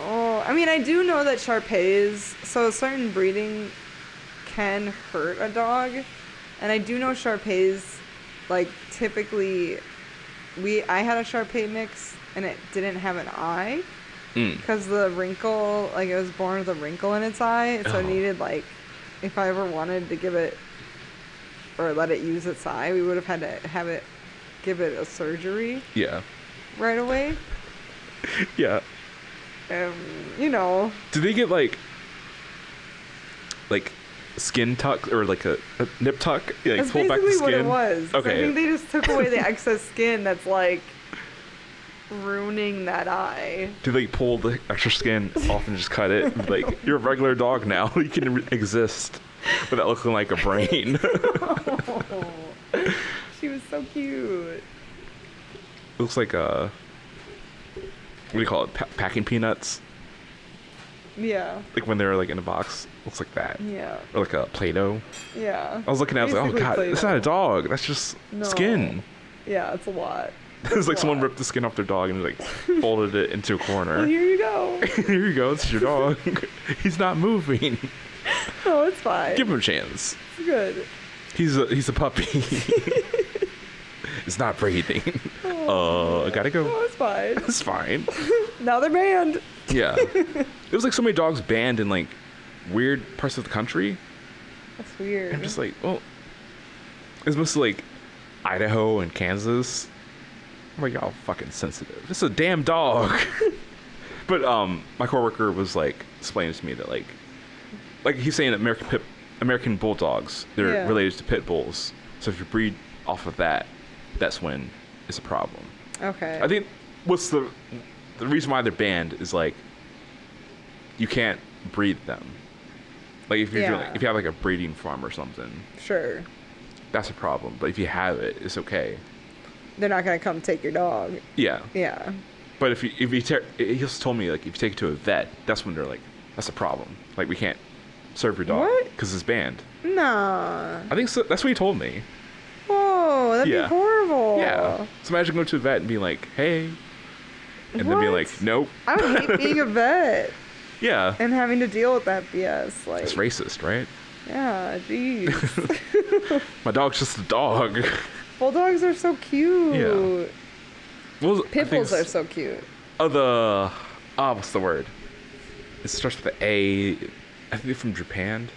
S3: Oh, I mean, I do know that Shar Peis, so certain breeding can hurt a dog, and I do know Shar Peis, like typically, we I had a Shar Pei mix and it didn't have an eye
S2: Mm.
S3: because the wrinkle, like it was born with a wrinkle in its eye, so
S2: Oh.
S3: it needed like, if I ever wanted to give it or let it use its eye, we would have had to have it give it a surgery
S2: Yeah.
S3: right away.
S2: Yeah.
S3: Um, you know,
S2: Do they get like like skin tuck or like a, a nip tuck? Like
S3: That's
S2: pull
S3: basically
S2: back the skin.
S3: what it was. 'cause I
S2: Okay.
S3: think they just took away the excess skin that's like ruining that eye.
S2: Do they pull the extra skin off and just cut it? Like you're a regular dog now. You can re- exist without looking like a brain.
S3: she was so cute.
S2: Looks like a what do you call it? Pa- packing peanuts.
S3: Yeah.
S2: Like when they're like in a box. Looks like that.
S3: Yeah.
S2: Or like a Play-Doh.
S3: Yeah.
S2: I was looking at it, I was like, oh
S3: Basically
S2: god, it's not a
S3: Play-Doh.
S2: dog. That's just
S3: No.
S2: skin.
S3: Yeah, it's a lot.
S2: It's like someone
S3: lot.
S2: ripped the skin off their dog and like folded it into a corner.
S3: Well, here you go.
S2: Here you go, it's your dog. he's not moving.
S3: No, Oh, it's fine.
S2: Give him a chance.
S3: It's good.
S2: He's a he's a puppy. it's not breathing. Uh, I gotta
S3: No,
S2: go.
S3: Oh, it's fine.
S2: It's fine.
S3: Now they're banned.
S2: Yeah. There was like so many dogs banned in like weird parts of the country.
S3: That's weird.
S2: I'm just like, well, it's mostly like Idaho and Kansas. I'm like, y'all fucking sensitive. It's a damn dog. but um, my coworker was like explaining to me that like, like he's saying that American pit, American bulldogs, they're
S3: Yeah.
S2: related to pit bulls. So if you breed off of that, that's when it's a problem.
S3: okay.
S2: I think what's the the reason why they're banned is like you can't breed them. Like if you're doing-
S3: Yeah.
S2: if you have like a breeding farm or something,
S3: sure.
S2: that's a problem. But if you have it, it's okay.
S3: They're not gonna come take your dog.
S2: Yeah.
S3: Yeah.
S2: But if you if you ter- he just told me like if you take it to a vet, that's when they're like that's a problem. Like we can't serve your dog
S3: What?
S2: because it's banned.
S3: Nah.
S2: I think so, that's what he told me.
S3: Whoa, that'd
S2: Yeah.
S3: be horrible.
S2: Yeah. So imagine going to a vet and being like, hey, and then be
S3: What?
S2: like, nope.
S3: I would hate being a vet
S2: Yeah.
S3: and having to deal with that BS. Like,
S2: It's racist, right?
S3: yeah, jeez.
S2: My dog's just a dog.
S3: Bulldogs are so cute.
S2: Yeah. What was it? I
S3: Pit
S2: think
S3: bulls are
S2: it's-
S3: so cute.
S2: Oh, the ah, what's the word? It starts with the A. I think they're from Japan.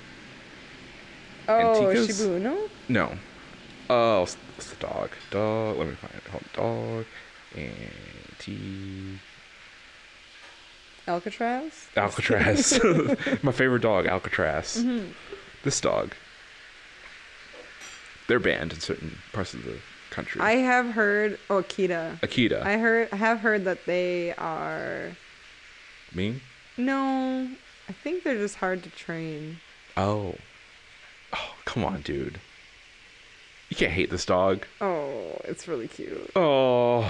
S3: Oh,
S2: Antiquas?
S3: Shibu Uno?
S2: No. Oh, what's, what's the dog? Dog. Let me find it. Hold on, dog. Anti
S3: Alcatraz?
S2: Alcatraz. My favorite dog, Alcatraz.
S3: Mm-hmm.
S2: This dog. They're banned in certain parts of the country.
S3: I have heard. Oh, Akita.
S2: Akita.
S3: I heard. I have heard that they are.
S2: mean?
S3: No, I think they're just hard to train.
S2: Oh. Oh, come on, dude. You can't hate this dog.
S3: Oh, it's really cute.
S2: Oh.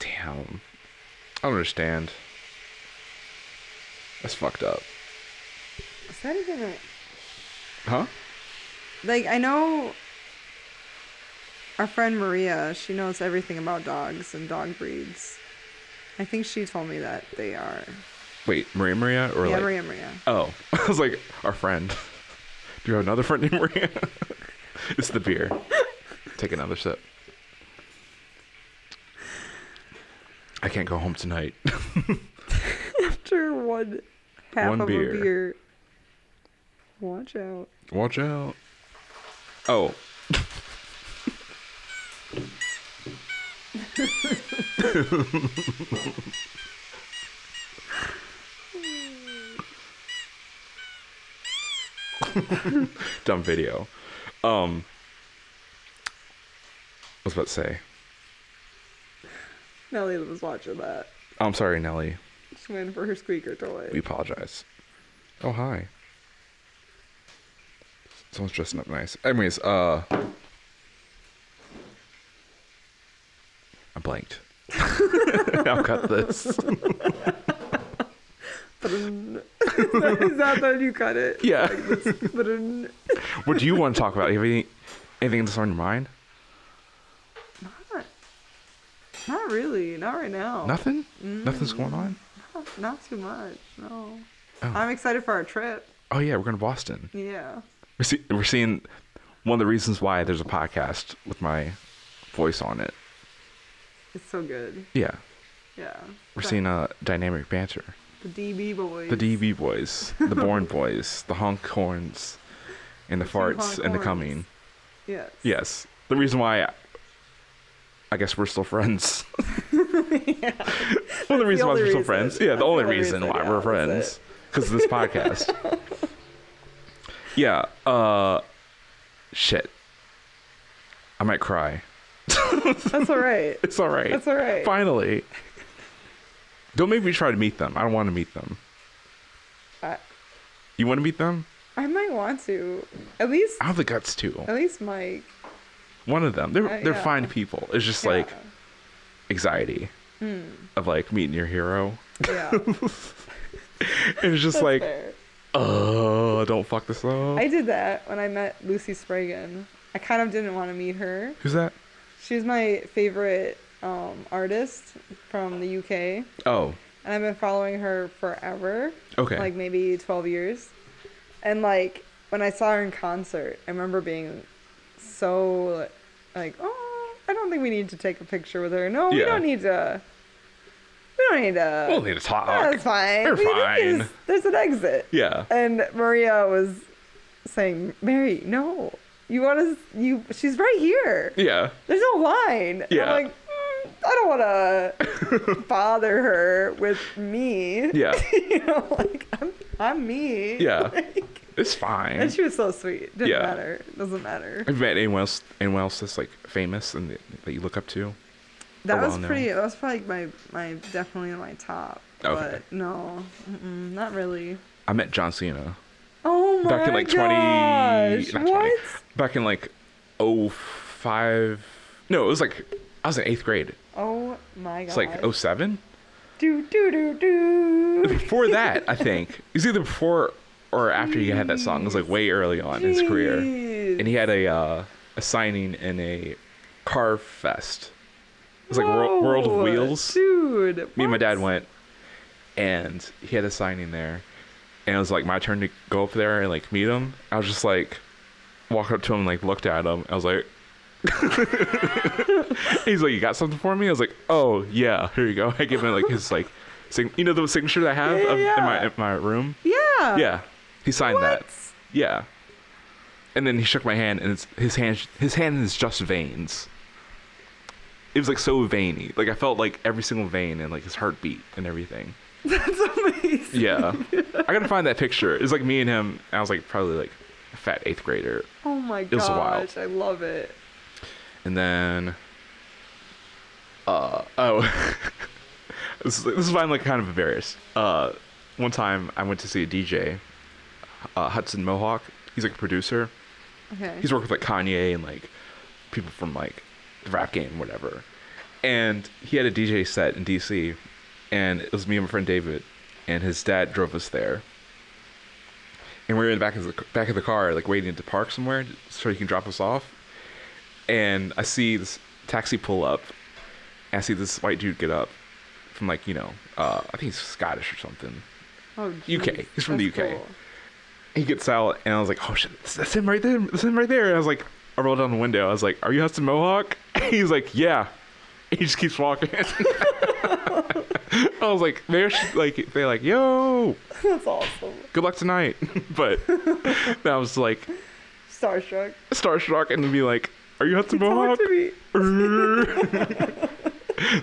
S2: Damn. I don't understand. That's fucked up.
S3: Is that even a.
S2: Huh?
S3: like I know our friend Maria, she knows everything about dogs and dog breeds. I think she told me that they are.
S2: Wait, Maria Maria or
S3: yeah,
S2: like
S3: Maria Maria.
S2: Oh. I was like, our friend. Do you have another friend named Maria? it's the beer. Take another sip. I can't go home tonight.
S3: After one half
S2: One
S3: of
S2: beer.
S3: a beer. Watch out.
S2: Watch out. Oh. Dumb video. Um I was about to say.
S3: Nellie was watching that.
S2: I'm sorry, Nelly.
S3: She went for her squeaker
S2: We
S3: toy.
S2: apologize. Oh hi. Someone's dressing up nice. Anyways, uh blanked. I'll cut this.
S3: Is that how you cut it?
S2: Yeah.
S3: But
S2: What do you want to talk about? You have any, anything that's on your mind?
S3: not really. Not right now.
S2: Nothing? Nothing's going on?
S3: Not, not too much. No.
S2: Oh.
S3: I'm excited for our trip.
S2: Oh, yeah, we're going to Boston.
S3: Yeah.
S2: We're, see- we're seeing one of the reasons why there's a podcast with my voice on it.
S3: It's so good.
S2: Yeah.
S3: Yeah.
S2: We're seeing a dynamic banter.
S3: The DB boys.
S2: The DB boys, the Born boys, the honk horns, and the
S3: two
S2: farts,
S3: honk
S2: and the
S3: horns.
S2: coming.
S3: Yes.
S2: Yes. The reason why I, I guess we're still friends. One of the reasons why
S3: only
S2: we're still
S3: reason.
S2: friends. Yeah,
S3: That's
S2: the only reason why
S3: yeah,
S2: we're
S3: that's
S2: friends. Because of this podcast. yeah. Uh, shit. I might cry.
S3: That's all right.
S2: It's all right.
S3: That's all right.
S2: Finally. Don't make me try to meet them. I don't want to meet them.
S3: I,
S2: You want to meet them?
S3: I might want to. At least
S2: I have the guts to.
S3: at least Mike.
S2: One of them. They're
S3: Uh,
S2: they're
S3: yeah.
S2: fine people. It's just like anxiety
S3: Hmm.
S2: of like meeting your hero.
S3: Yeah. yeah.
S2: And it's just like,
S3: Fair.
S2: oh, don't fuck this up.
S3: I did that when I met Lucy Spragan. I kind of didn't want to meet her.
S2: Who's that?
S3: She's my favorite um, artist from the UK, and
S2: Oh,
S3: I've been following her forever.
S2: Okay.
S3: Like maybe 12 years. And like when I saw her in concert, I remember being so like, oh, I don't think we need to take a picture with her. No, we
S2: Yeah.
S3: don't need to. We don't need to.
S2: we'll need to talk.
S3: That's fine.
S2: We're
S3: We- we can
S2: fine.
S3: just- there's an exit.
S2: Yeah.
S3: And Maria was saying, Mary, no, you want to, you, she's right here.
S2: Yeah.
S3: There's no line. And
S2: Yeah.
S3: I'm like, mm, I don't want to bother her with me.
S2: Yeah.
S3: you know, like, I'm, I'm me.
S2: Yeah.
S3: Like,
S2: It's fine.
S3: and she was so sweet. Didn't
S2: Yeah.
S3: matter. Doesn't matter.
S2: Have you met anyone else? Anyone else that's like famous and that, that you look up to?
S3: That was
S2: well, no.
S3: pretty, that was probably my, my, definitely my top.
S2: Okay.
S3: But no, mm-mm, not really.
S2: I met John Cena
S3: Oh my
S2: back in like
S3: gosh.
S2: twenty. Not
S3: what?
S2: 20 back in like oh five. No, it was like I was in eighth grade.
S3: Oh my god.
S2: It's like oh seven.
S3: do do do do.
S2: Before that, I think it was either before or after he had that song. It was like way early on in his career.
S3: Jeez.
S2: and he had a uh, a signing in a car fest. It was like Wor- World of
S3: Whoa,
S2: Wheels.
S3: Dude.
S2: Me and my
S3: what?
S2: dad went, and he had a signing there, and it was like my turn to go up there and like meet him. I was just like, walked up to him, like looked at him. I was like. He's like, you got something for me? I was like, oh yeah, here you go. I give him like his like, sig- you know the signature that I have
S3: Yeah,
S2: of,
S3: yeah,
S2: in my
S3: yeah.
S2: in my room.
S3: Yeah.
S2: Yeah, he signed that.
S3: Uh, What?
S2: Yeah. And then he shook my hand, and it's, his hand his hand is just veins. It was like so veiny. Like I felt like every single vein and like his heartbeat and everything.
S3: That's amazing.
S2: Yeah. I gotta find that picture. It's like me and him. I was like probably like a fat eighth grader,
S3: Oh my
S2: was wild.
S3: gosh. I love it.
S2: and then. Uh oh. this is this is why I'm like kind of embarrassed. Uh, one time I went to see a DJ, uh, Hudson Mohawk. He's like a producer.
S3: Okay.
S2: he's worked with like Kanye and like people from like the rap game, whatever. And he had a DJ set in DC, and it was me and my friend David, and his dad drove us there. And we were in the back of the back of the car, like waiting to park somewhere so he can drop us off. And I see this taxi pull up, and I see this white dude get up from like you know, uh, I think he's Scottish or something.
S3: oh,
S2: UK.
S3: jeez.
S2: He's from the
S3: That's
S2: UK.
S3: cool.
S2: He gets out, and I was like, "Oh shit, that's- that's him right there! That's him right there!" And I was like, I rolled down the window. I was like, "Are you Hudson Mohawk?" He's like, "Yeah." He just keeps walking. I was like, "Maybe I should, like they're like, yo,
S3: That's awesome.
S2: good luck tonight." But then I was like,
S3: Starstruck.
S2: starstruck, and be like, "Are you Hudson
S3: Talk
S2: Mohawk?"
S3: to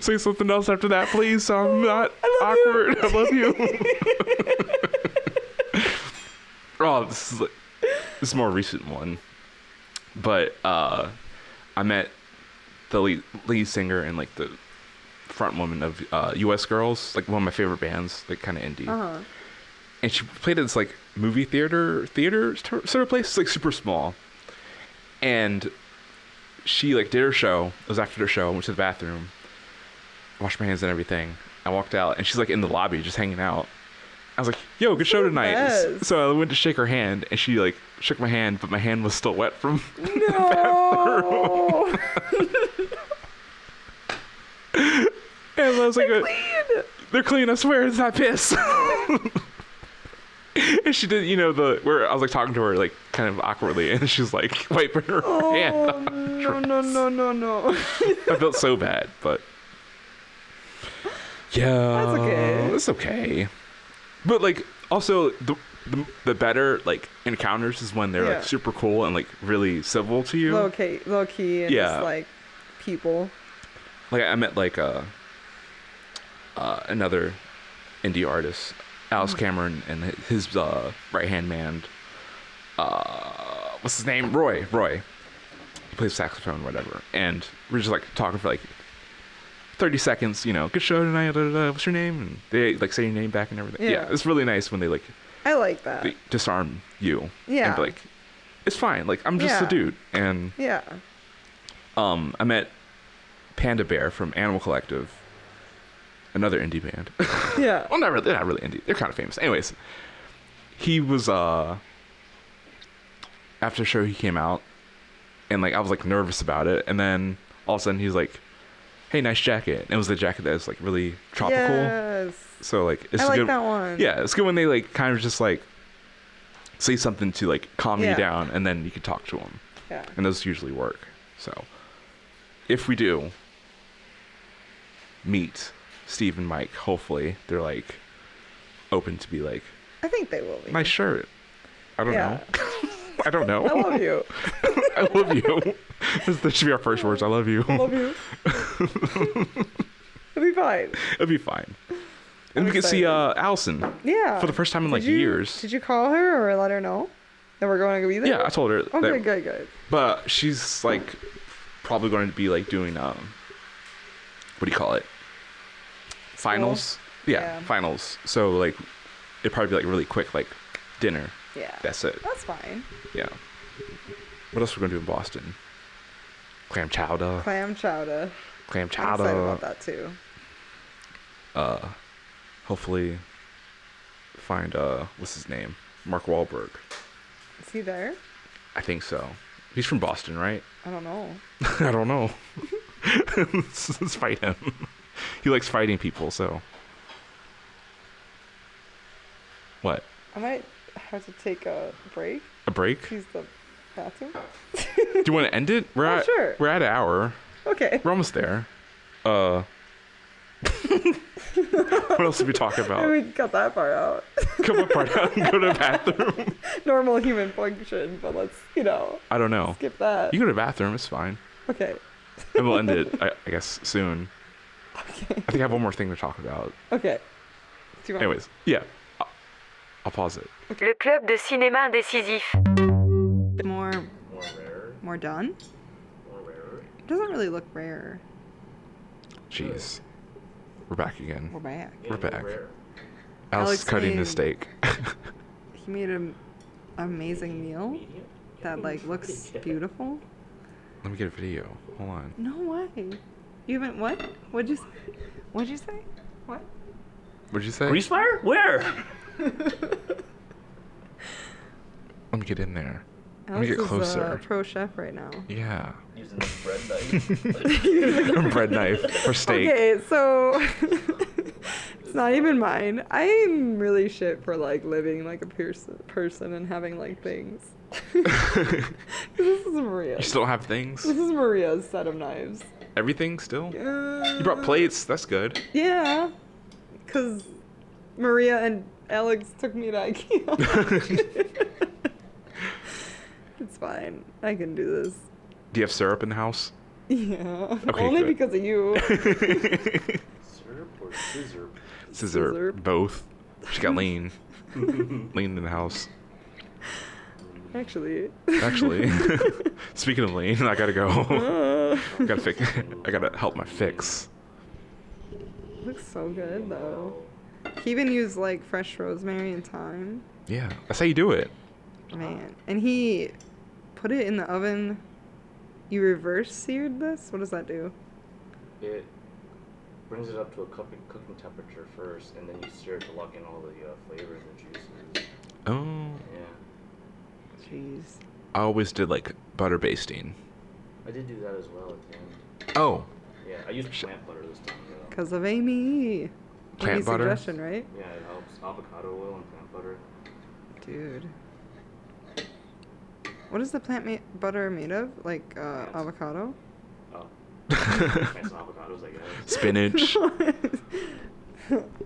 S3: me.
S2: Say something else after that, please. So I'm not
S3: I
S2: awkward. I love you. oh, this is like, this is a more recent one, but uh, I met the lead, lead singer and like the front woman of uh, U.S. Girls, like one of my favorite bands, like kind of indie,
S3: Uh-huh.
S2: and she played at this like movie theater theater sort of place, It's, like super small, and she like did her show. It was after her show. I went to the bathroom, washed my hands and everything. I walked out, and she's like in the lobby just hanging out. I was like, "Yo, good show
S3: the
S2: tonight."
S3: best.
S2: So I went to shake her hand, and she like shook my hand, but my hand was still wet from.
S3: No.
S2: and I was like, uh,
S3: Clean.
S2: "They're clean. I swear, it's not piss." and she did, you know, the where I was like talking to her like kind of awkwardly, and she's like wiping her
S3: Oh,
S2: hand. off.
S3: no, no, no, no, no.
S2: I felt so bad, but yeah, that's
S3: okay.
S2: It's okay. But like, also the the, the better like encounters is when they're
S3: Yeah.
S2: like super cool and like really civil to you.
S3: low key, low key, and
S2: Yeah.
S3: just like people.
S2: Like I met like uh, uh another indie artist, Alice
S3: Mm-hmm.
S2: Cameron, and his uh, right hand man. Uh, what's his name? Roy. Roy. He plays saxophone, whatever. And we're just like talking for like thirty seconds. You know, good show tonight. Da, da, da. What's your name? And they like say your name back and everything.
S3: Yeah.
S2: yeah, it's really nice when they like
S3: I like that.
S2: they disarm you.
S3: Yeah.
S2: And be like, it's fine. Like I'm just a
S3: Yeah.
S2: dude. And
S3: yeah.
S2: um, I met Panda Bear from Animal Collective, another indie band.
S3: Yeah.
S2: well, not really. They're not really indie. They're kind of famous. Anyways, he was uh after show he came out, and like I was like nervous about it, and then all of a sudden he's like, "Hey, nice jacket." And it was the jacket that was like really tropical.
S3: Yes.
S2: So like it's
S3: I like
S2: good.
S3: that one.
S2: Yeah, it's good when they like kind of just like say something to like calm you
S3: Yeah.
S2: down, and then you can talk to them,
S3: Yeah.
S2: and those usually work. So if we do meet Steve and Mike, hopefully they're like open to be like
S3: I think they will be.
S2: nice shirt. I don't
S3: Yeah.
S2: know. I don't know.
S3: I love you.
S2: I love you. this, this should be our first words. I love you.
S3: love you. It'll be fine.
S2: It'll be fine. And
S3: I'm
S2: we could see
S3: excited.
S2: uh, Allison
S3: Yeah.
S2: for the first time in
S3: Did
S2: like
S3: you-
S2: years.
S3: Did you call her or let her know that we're going to be there?
S2: Yeah, I told her.
S3: Okay,
S2: that-
S3: good, good.
S2: But she's like probably going to be like doing um, what do you call it? Finals. Yeah,
S3: Yeah.
S2: finals. So like, it'd probably be like really quick, like dinner.
S3: Yeah. Oh.
S2: That's it.
S3: That's fine.
S2: Yeah. What else we're gonna do in Boston? Clam chowder.
S3: Clam chowder.
S2: Clam
S3: I'm excited about
S2: chowder.
S3: that too.
S2: Uh, hopefully, find uh, what's his name? Mark Wahlberg.
S3: Is he there?
S2: I think so. He's from Boston, right?
S3: I don't know.
S2: I don't know. let's, let's fight him. He likes fighting people, so. What?
S3: I might have to take a break.
S2: A break? Do
S3: Use the bathroom.
S2: you want to end it? We're
S3: Oh,
S2: at
S3: sure.
S2: we're at an hour.
S3: Okay.
S2: We're almost there. Uh. what else did we talk
S3: I
S2: about?
S3: mean, cut that part out.
S2: Come up part out and go to the bathroom.
S3: Normal human function, but let's, you know,
S2: I don't know.
S3: skip that.
S2: You go to the bathroom. It's fine.
S3: Okay.
S2: And we'll end it. I, I guess soon. I think I have one more thing to talk about.
S3: Okay. Do you want
S2: Anyways, yeah. I'll, I'll pause it.
S4: Le club de cinéma indécisif.
S3: more
S1: More rare,
S3: more done?
S1: more rare.
S3: It doesn't really look rare.
S2: Jeez. We're back again.
S3: We're back.
S1: Yeah,
S2: We're
S1: more
S2: back.
S1: rare.
S2: Alice
S3: Alex
S2: is cutting his
S3: made-
S2: steak.
S3: He made an amazing meal
S1: Medium?
S3: that like looks beautiful.
S2: Let me get a video. Hold on.
S3: No way. You haven't what? What'd you say? What'd you say? What?
S2: What'd you say?
S1: Grease fire? Where?
S2: Let me get in there. Let me
S3: Alex
S2: get
S3: is uh, a
S2: closer.
S3: pro chef right now.
S2: Yeah.
S1: Using the bread knife.
S2: Bread knife for steak.
S3: Okay, so it's not even mine. I'm really shit for like living like a person, person and having like things. this is Maria.
S2: You still don't have things?
S3: This is Maria's set of knives.
S2: Everything still? You
S3: You
S2: brought plates. That's good.
S3: Yeah, because Maria and Alex took me to IKEA. it's fine. I can do this.
S2: Do you have syrup in the house?
S3: Yeah.
S2: Okay,
S3: Only
S2: good.
S3: because of you.
S1: Syrup or scissor?
S2: Scissor.
S3: Scissorp.
S2: Both. She got lean. lean in the house.
S3: Actually.
S2: Actually, speaking of lean, I gotta go.
S3: Uh,
S2: I gotta fix. I gotta help my fix.
S3: looks so good though. He even used like fresh rosemary and thyme.
S2: Yeah, that's how you do it. Uh-huh.
S3: Man. And he put it in the oven. You reverse seared this? What does that do?
S1: It
S5: brings it up to a cooking, cooking temperature first, and then you stir it to lock in all the uh, flavors and juices.
S2: Oh,
S5: Yeah,
S3: Jeez.
S2: I always did like butter basting.
S5: I did do that as well at the end.
S2: Oh,
S5: Yeah, I used
S2: Sh-
S5: plant butter this time. Though.
S3: Because of Amy.
S2: Plant
S3: Amy's
S2: butter?
S3: suggestion, right?
S5: Yeah, it helps. Avocado oil and plant butter.
S3: Dude. What is the plant ma- butter made of? Like uh,
S5: Plants.
S3: avocado?
S5: Oh, plants and avocados, I guess.
S2: spinach,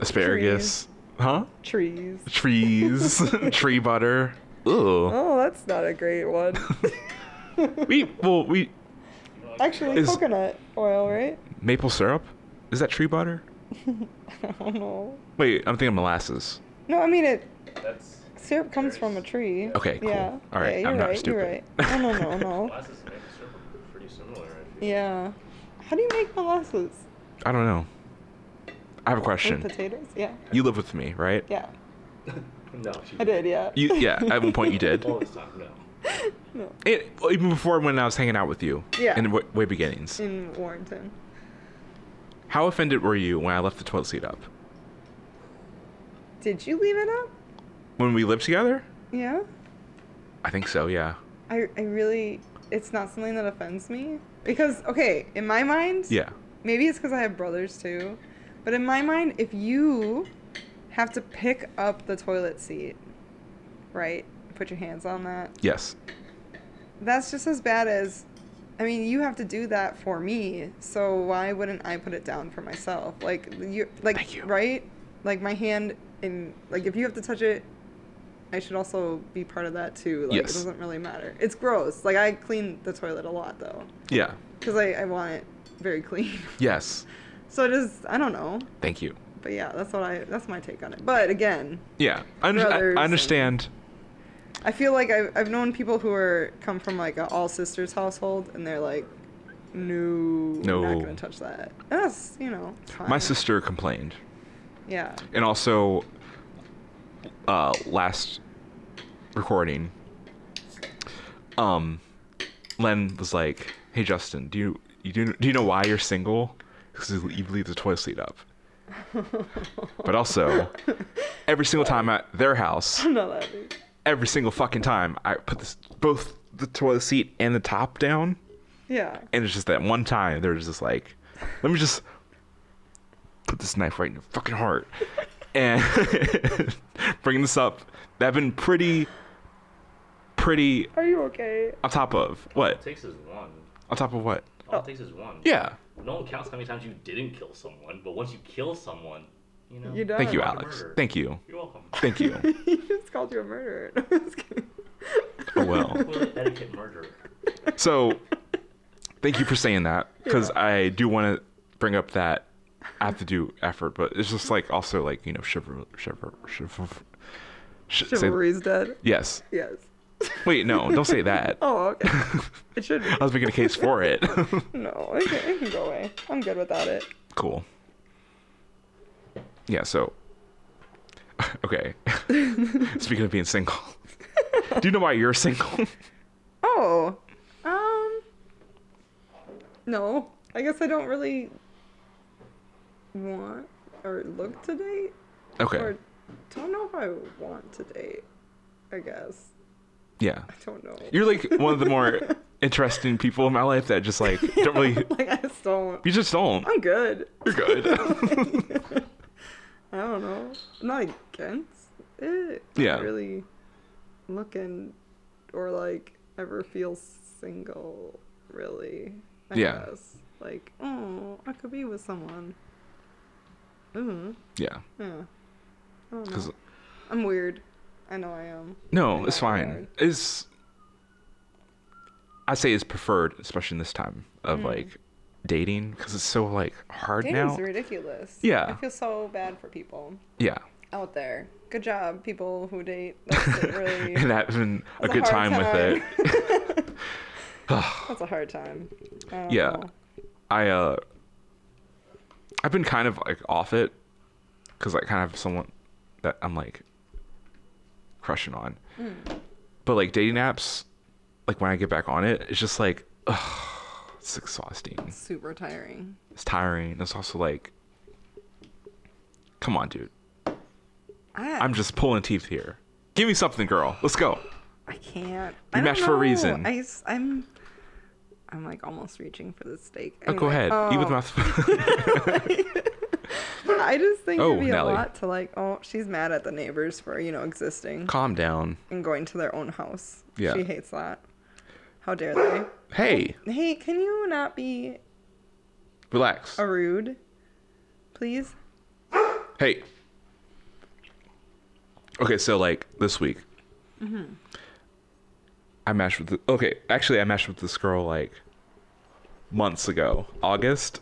S2: asparagus, huh?
S3: Trees. Trees.
S2: Trees, tree butter. Ooh.
S3: Oh, that's not a great one.
S2: We well we
S3: Actually,
S2: Is-
S3: coconut oil, right?
S2: maple syrup. Is that tree butter?
S3: I don't know.
S2: Wait, I'm thinking molasses.
S3: No, I mean it.
S1: That's
S3: Syrup comes from a tree.
S2: Okay, cool.
S3: Yeah.
S2: All right,
S3: Yeah, you're
S2: I'm not
S3: right.
S2: stupid.
S3: You're right. No, no, no, no.
S1: molasses and maple syrup are
S5: Pretty similar, I feel.
S3: yeah. How do you make molasses?
S2: I don't know. I have a
S3: With
S2: question.
S3: potatoes? Yeah.
S2: You live with me, right?
S3: Yeah.
S5: No, she
S3: I did. Yeah.
S2: You yeah. At one point you did.
S5: All this time, no.
S3: no.
S2: It, even before when I was hanging out with you.
S3: Yeah.
S2: In w- way beginnings.
S3: In Warrington.
S2: How offended were you when I left the toilet seat up?
S3: Did you leave it up?
S2: When we lived together?
S3: Yeah.
S2: I think so, yeah.
S3: I, I really. It's not something that offends me. Because, okay, in my mind,
S2: Yeah.
S3: maybe it's because I have brothers too, but in my mind, if you have to pick up the toilet seat, right? Put your hands on that.
S2: Yes.
S3: That's just as bad as. I mean, you have to do that for me, so why wouldn't I put it down for myself? Like you, like
S2: Thank you.
S3: right? Like my hand in like if you have to touch it, I should also be part of that too. Like
S2: Yes.
S3: it doesn't really matter. It's gross. Like I clean the toilet a lot though,
S2: Yeah.
S3: because I I want it very clean.
S2: Yes.
S3: so it is. I don't know.
S2: Thank you.
S3: But yeah, that's what I that's my take on it. But again,
S2: Yeah. I, under- I-
S3: Brothers
S2: I
S3: and-
S2: understand.
S3: I feel like I've I've known people who are come from like a all sisters household and they're like, no, no, not
S2: No.
S3: gonna touch that. And that's you know, it's
S2: My
S3: fine.
S2: sister complained.
S3: Yeah,
S2: And also, uh, last recording, um, Len was like, "Hey Justin, do you you do, do you know why you're single? Because you leave the toilet seat up." but also, every single time at their house,
S3: I'm not laughing.
S2: every single fucking time, I put this, both the toilet seat and the top down,
S3: Yeah,
S2: and it's just that one time they're just like, "Let me just put this knife right in your fucking heart," and bringing this up, they've been pretty, pretty
S3: are you okay?
S2: on top of
S1: All
S2: what?
S1: it takes is one.
S2: On top of what?
S1: All it takes is one.
S2: Yeah.
S1: No one counts how many times you didn't kill someone, but once you kill someone, you know.
S3: You done?
S2: Thank you,
S3: I
S2: Alex. Thank you.
S1: You're welcome.
S2: Thank you.
S3: just called you a murderer. No, I'm just kidding.
S2: Oh well.
S1: Well, the etiquette murderer.
S2: So, thank you for saying that because I do want to bring up that I have to do effort, but it's just like also like you know chivalry, chivalry, chivalry. sh- say-
S3: Chivalry's dead.
S2: yes.
S3: Yes.
S2: Wait, no, don't say that.
S3: Oh, okay. it should
S2: I was making a case for it.
S3: be. No, it can, it can go away. I'm good without it.
S2: cool. Yeah. So, okay. Speaking of being single, do you know why you're single?
S3: Oh, um, no. I guess I don't really want or look to date,
S2: okay.
S3: or don't know if I want to date. I guess
S2: Yeah.
S3: I don't know.
S2: You're like one of the more interesting people in my life that just like don't really.
S3: like I just don't.
S2: You just don't.
S3: I'm good.
S2: You're
S3: Oh,
S2: good.
S3: I don't know. I'm not against it.
S2: Yeah.
S3: Not really looking or like ever feel single really. I
S2: Yeah.
S3: Guess. Like oh, I could be with someone. Mm.
S2: yeah.
S3: Yeah. I don't know.
S2: 'Cause-
S3: I'm weird. I know I am.
S2: no,
S3: In
S2: it's
S3: that
S2: fine.
S3: regard.
S2: It's I say it's preferred, especially in this time of
S3: Hmm.
S2: like dating, because it's so like hard
S3: Dating's
S2: now.
S3: ridiculous.
S2: Yeah.
S3: I feel so bad for people
S2: Yeah.
S3: out there. Good job, people who date. That's really
S2: and having a
S3: that's
S2: good
S3: hard
S2: time, with it.
S3: time. That's a hard time. I don't
S2: Yeah.
S3: know.
S2: I uh I've been kind of like off it cuz I kind of have someone that I'm like crushing on. But like dating apps, like when I get back on it, it's just like ugh, it's exhausting.
S3: Super tiring.
S2: It's tiring. It's also like Come on, dude.
S3: I,
S2: I'm just pulling teeth here. Give me something, girl. Let's go.
S3: I can't.
S2: We
S3: I don't
S2: matched for a
S3: know.
S2: reason.
S3: I, am I'm like almost reaching for the steak.
S2: Oh, go
S3: Anyway,
S2: ahead. Eat with
S3: um,
S2: mouth.
S3: I just think
S2: Oh,
S3: it'd be
S2: Nelly.
S3: a lot to like. Oh, she's mad at the neighbors for you know existing
S2: Calm down.
S3: and going to their own house.
S2: Yeah.
S3: she hates that. How dare they?
S2: Hey,
S3: Hey, can you not be
S2: relax.
S3: a rude, please?
S2: Hey. Okay, so like this week,
S3: Mm-hmm.
S2: I matched with. The, okay, actually, I matched with this girl like months ago, August,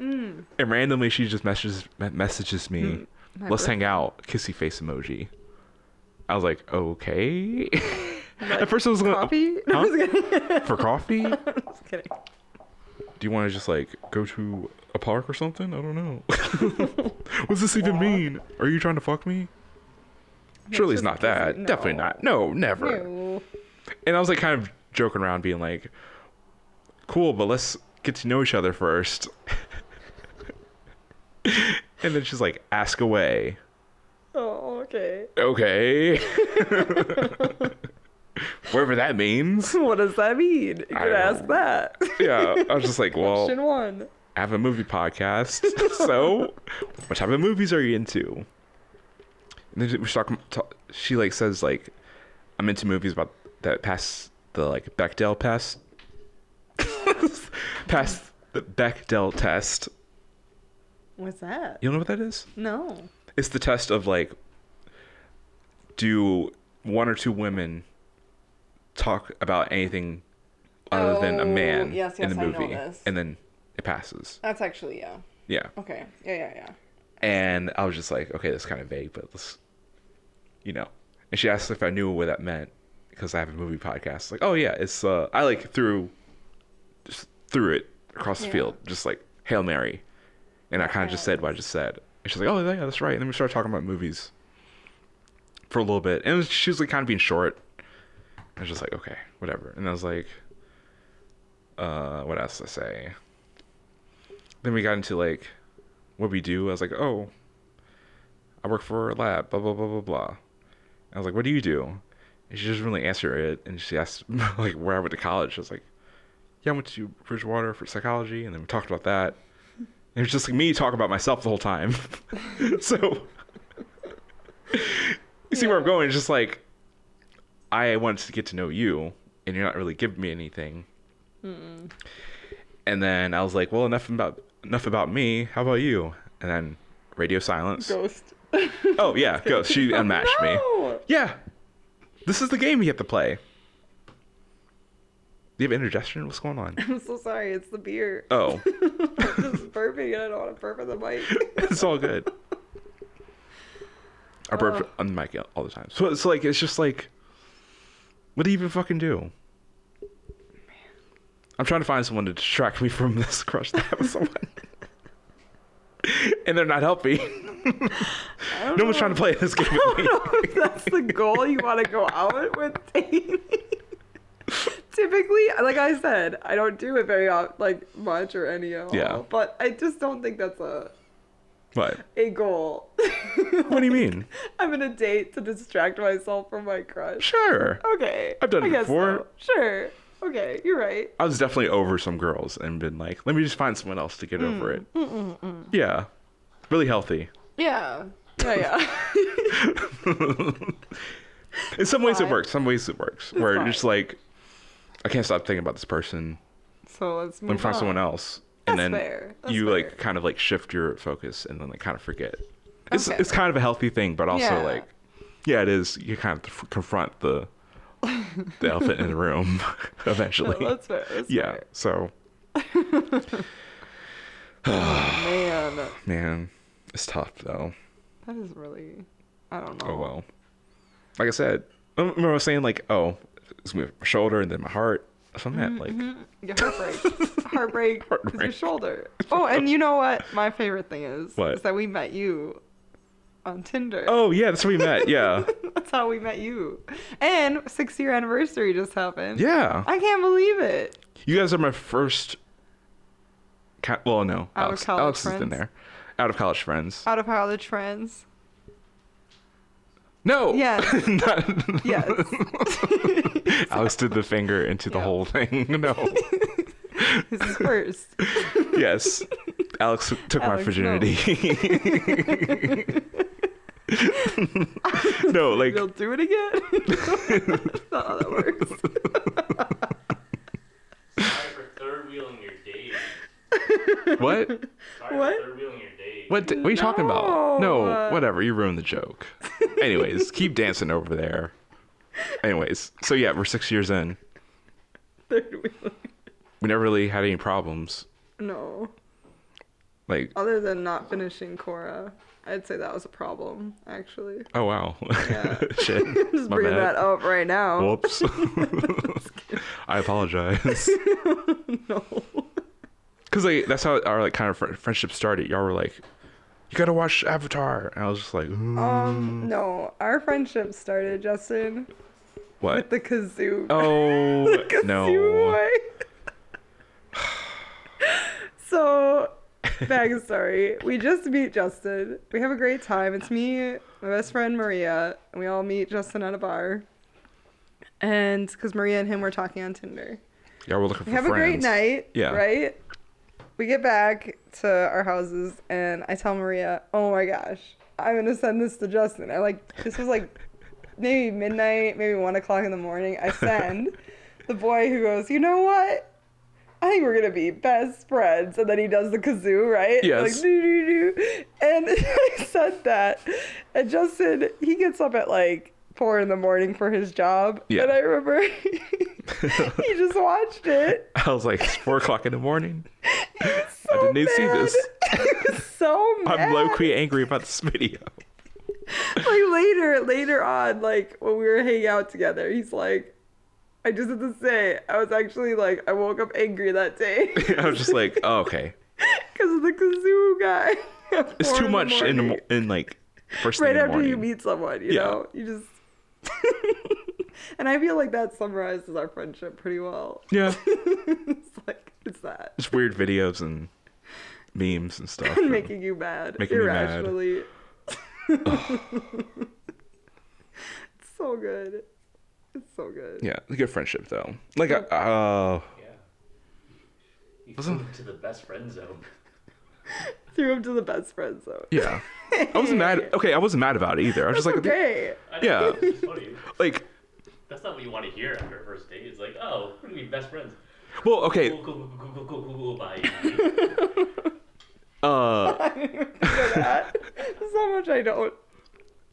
S3: Mm.
S2: and randomly she just messages me- messages me,
S3: my
S2: "Let's hang out," kissy face emoji. I was like, okay. At first, I was gonna
S3: Coffee?
S2: Huh?
S3: No, I'm just kidding.
S2: for coffee.
S3: Just kidding.
S2: Do you want to just like go to a park or something? I don't know. What's this even mean? Are you trying to fuck me? Surely it's
S3: just
S2: not
S3: a kiss.
S2: that.
S3: No.
S2: Definitely not. No, never.
S3: No.
S2: And I was like kind of joking around, being like, cool, but let's get to know each other first. and then she's like, ask away.
S3: Oh, okay.
S2: Okay. Whatever that means.
S3: What does that mean? You could
S2: don't Oh.
S3: ask that.
S2: Yeah. I was just like, well,
S3: Question one.
S2: I have a movie podcast. so, what type of movies are you into? And then we talk, talk. She like says like, I'm into movies about that pass the like Bechdel pass, pass the Bechdel test.
S3: What's that?
S2: You know what that is?
S3: No.
S2: It's the test of like, do one or two women talk about anything other than a
S3: Oh,
S2: man
S3: yes,
S2: in the
S3: yes, I know
S2: movie,
S3: this.
S2: and then it passes.
S3: That's actually yeah.
S2: Yeah.
S3: Okay. Yeah, yeah, yeah.
S2: And I was just like, okay, that's kind of vague, but let's, you know. And she asked if I knew what that meant because I have a movie podcast. Like, oh yeah, it's uh, I like threw, just threw it across the
S3: Yeah.
S2: field, just like hail mary, and I kind of just said what I just said. And she's like, oh yeah, that's right. And then we started talking about movies for a little bit, and it was- she was like kind of being short. I was just like, okay, whatever. And I was like, uh, what else did I say? Then we got into like what we do. I was like, oh, I work for a lab, blah, blah, blah, blah, blah. I was like, what do you do? And she doesn't really answer it. And she asked, like, where I went to college. I was like, yeah, I went to Bridgewater for psychology. And then we talked about that. And it was just like me talking about myself the whole time. so you see where I'm going. It's just like, I wanted to get to know you, and you're not really giving me anything. And then I was like, well, enough about enough about me. How about you? And then radio silence.
S3: Ghost.
S2: Oh yeah, go. She unmatched me.
S3: No!
S2: Yeah. This is the game you have to play. Do you have indigestion? What's going on?
S3: I'm so sorry. It's the beer.
S2: Oh,
S3: I'm just burping and I don't want to burp on the mic.
S2: it's all good. I burp on the mic all the time. So it's like it's just like, what do you even fucking do? I'm trying to find someone to distract me from this crush that I have with someone, and they're not helping. no one's trying to play this game with me.
S3: If That's the goal you want to go out with dating. Typically, like I said, I don't do it very often, like much or any at all.
S2: Yeah.
S3: But I just don't think that's a
S2: What?
S3: a goal.
S2: What do you mean?
S3: I'm gonna date to distract myself from my crush.
S2: Sure.
S3: Okay.
S2: I've done
S3: I
S2: it
S3: guess
S2: before.
S3: so. Sure. Okay, you're right.
S2: I was definitely over some girls and been like, let me just find someone else to get over
S3: Mm.
S2: it. Yeah. Really healthy.
S3: Yeah. Yeah, yeah.
S2: In some ways it
S3: fine.
S2: works. Some ways it works. where
S3: fine.
S2: it's just like, I can't stop thinking about this person.
S3: so let's move
S2: Let me find
S3: on.
S2: someone else. And
S3: That's
S2: then
S3: fair. That's
S2: you
S3: fair.
S2: like kind of like shift your focus and then like kind of forget. It's
S3: Okay.
S2: it's kind of a healthy thing, but also
S3: Yeah.
S2: like, yeah, it is. You kind of f- confront the the elephant in the room eventually.
S3: No, that's fair. That's
S2: yeah.
S3: fair.
S2: So
S3: Man,
S2: man, it's tough though.
S3: that is really. I don't know.
S2: Oh well. Like I said, remember I was saying like, oh, it's my shoulder and then my heart. So I'm at like,
S3: Your heartbreak. heartbreak, is your
S2: Heartbreak.
S3: shoulder. Oh, and you know what? My favorite thing is
S2: What?
S3: is that we met you on Tinder.
S2: oh yeah, that's where we met. Yeah,
S3: That's how we met you. And six year anniversary just happened.
S2: yeah.
S3: I can't believe it.
S2: You guys are my first. Ca- well, no,
S3: Out of
S2: Alex.
S3: college
S2: Alex has been
S3: friends?
S2: there.
S3: Uh,
S2: Out of college friends.
S3: Out of college friends.
S2: no.
S3: Yes.
S2: Not-
S3: Yes.
S2: Alex did the finger into the
S3: Yeah.
S2: whole thing. No.
S3: This is first.
S2: yes. Alex took my
S3: Alex, no.
S2: virginity. No, like
S3: We'll do it again. That's not how that works.
S1: Sorry for third wheeling your date.
S2: what?
S1: Sorry
S3: What?
S1: for third wheeling your date.
S2: What? What are you talking about?
S3: No.
S2: No,
S3: uh,
S2: whatever. You ruined the joke. Anyways, keep dancing over there. Anyways, so yeah, we're six years in.
S3: Third wheel.
S2: We never really had any problems.
S3: No.
S2: Like,
S3: Other than not finishing Cora, I'd say that was a problem, actually.
S2: oh wow,
S3: Yeah.
S2: shit.
S3: Just
S2: My
S3: bring
S2: bad.
S3: that up right now.
S2: Whoops. I apologize.
S3: No.
S2: Cause like that's how our like kind of fr- friendship started. Y'all were like, "You gotta watch Avatar," and I was just like, "Mm, "Ooh,
S3: Um, no. Our friendship started, Justin,
S2: "What?"
S3: with the kazoo.
S2: oh
S3: the kazoo
S2: no!
S3: boy. so, backstory. We just meet Justin. We have a great time. It's me, my best friend Maria, and we all meet Justin at a bar. And because Maria and him were talking on Tinder.
S2: Y'all were looking for
S3: We have
S2: friends.
S3: a great night.
S2: Yeah.
S3: Right? We get back to our houses and I tell Maria, oh my gosh, I'm gonna send this to Justin. I like this was like maybe midnight, maybe one o'clock in the morning. I send the boy who goes, you know what? I think we're gonna be best friends, and then he does the kazoo, right?
S2: Yes.
S3: Like doo doo doo, and I said that, and Justin he gets up at like four in the morning for his job,
S2: Yeah.
S3: and I remember he just watched it.
S2: I was like, it's four o'clock in the morning.
S3: He was so
S2: I didn't see
S3: mad.
S2: this.
S3: He was so mad.
S2: I'm low key angry about this video.
S3: like later, later on, like when we were hanging out together, he's like, I just have to say, I was actually like, I woke up angry that day
S2: I was just like, oh, okay,
S3: because of the kazoo guy. at
S2: it's
S3: four
S2: too much in the
S3: morning.
S2: mo- in like first thing in
S3: right
S2: the
S3: after you
S2: morning.
S3: meet someone, you
S2: Yeah.
S3: know, you just. and I feel like that summarizes our friendship pretty well.
S2: Yeah,
S3: it's like it's that
S2: it's weird videos and memes and stuff.
S3: making you mad
S2: Making me mad.
S3: irrationally. it's so good. It's so good.
S2: yeah, it's a good friendship though. Like, I- uh,
S1: Yeah. You flew to the best friend zone.
S3: Threw him to the best friend zone.
S2: yeah, I wasn't mad. Okay, I wasn't mad about it either. I was just like,
S3: okay.
S1: I
S2: Yeah.
S1: know, it's funny.
S2: like,
S1: That's not what you want to hear after a first date. It's like, oh, we're gonna be best friends.
S2: well, okay,
S1: Cool, cool, cool, cool, cool, cool, cool, cool, bye.
S2: uh.
S3: Look at that. There's so much I don't.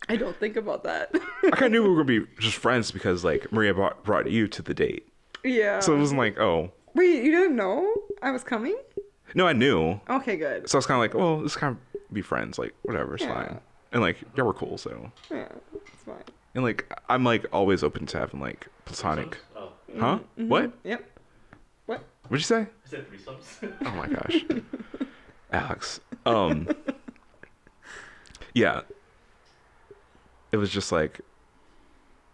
S3: I don't think about that.
S2: I kind of knew we were gonna be just friends because like Maria brought, brought you to the date,
S3: yeah.
S2: so it wasn't like oh
S3: Wait, you didn't know I was coming?
S2: no, I knew.
S3: Okay, good.
S2: So I was kind of like, well, let's kind of be friends, like whatever, it's
S3: Yeah.
S2: fine. And like yeah, we're cool, so
S3: Yeah, it's fine.
S2: and like I'm like always open to having like platonic,
S1: Oh,
S2: huh?
S3: Mm-hmm.
S2: What?
S3: Yep. What?
S2: What'd you say?
S1: I said threesomes.
S2: Oh my gosh, Alex. Um, yeah. It was just like,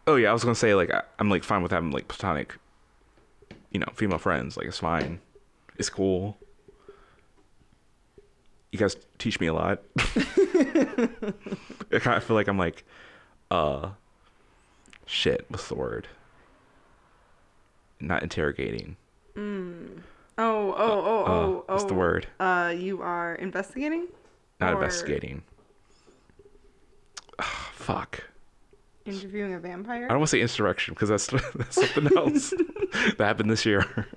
S2: oh yeah, I was gonna say like I, I'm like fine with having like platonic, you know, female friends. Like it's fine, it's cool. You guys teach me a lot. I kind of feel like I'm like, uh, shit. What's the word? Not interrogating.
S3: Oh, oh, oh,
S2: Uh,
S3: oh, oh.
S2: what's the word?
S3: Uh, you are investigating.
S2: Not
S3: Or
S2: investigating. Ah, fuck.
S3: Interviewing a vampire.
S2: I don't want to say insurrection because that's, that's something else that happened this year.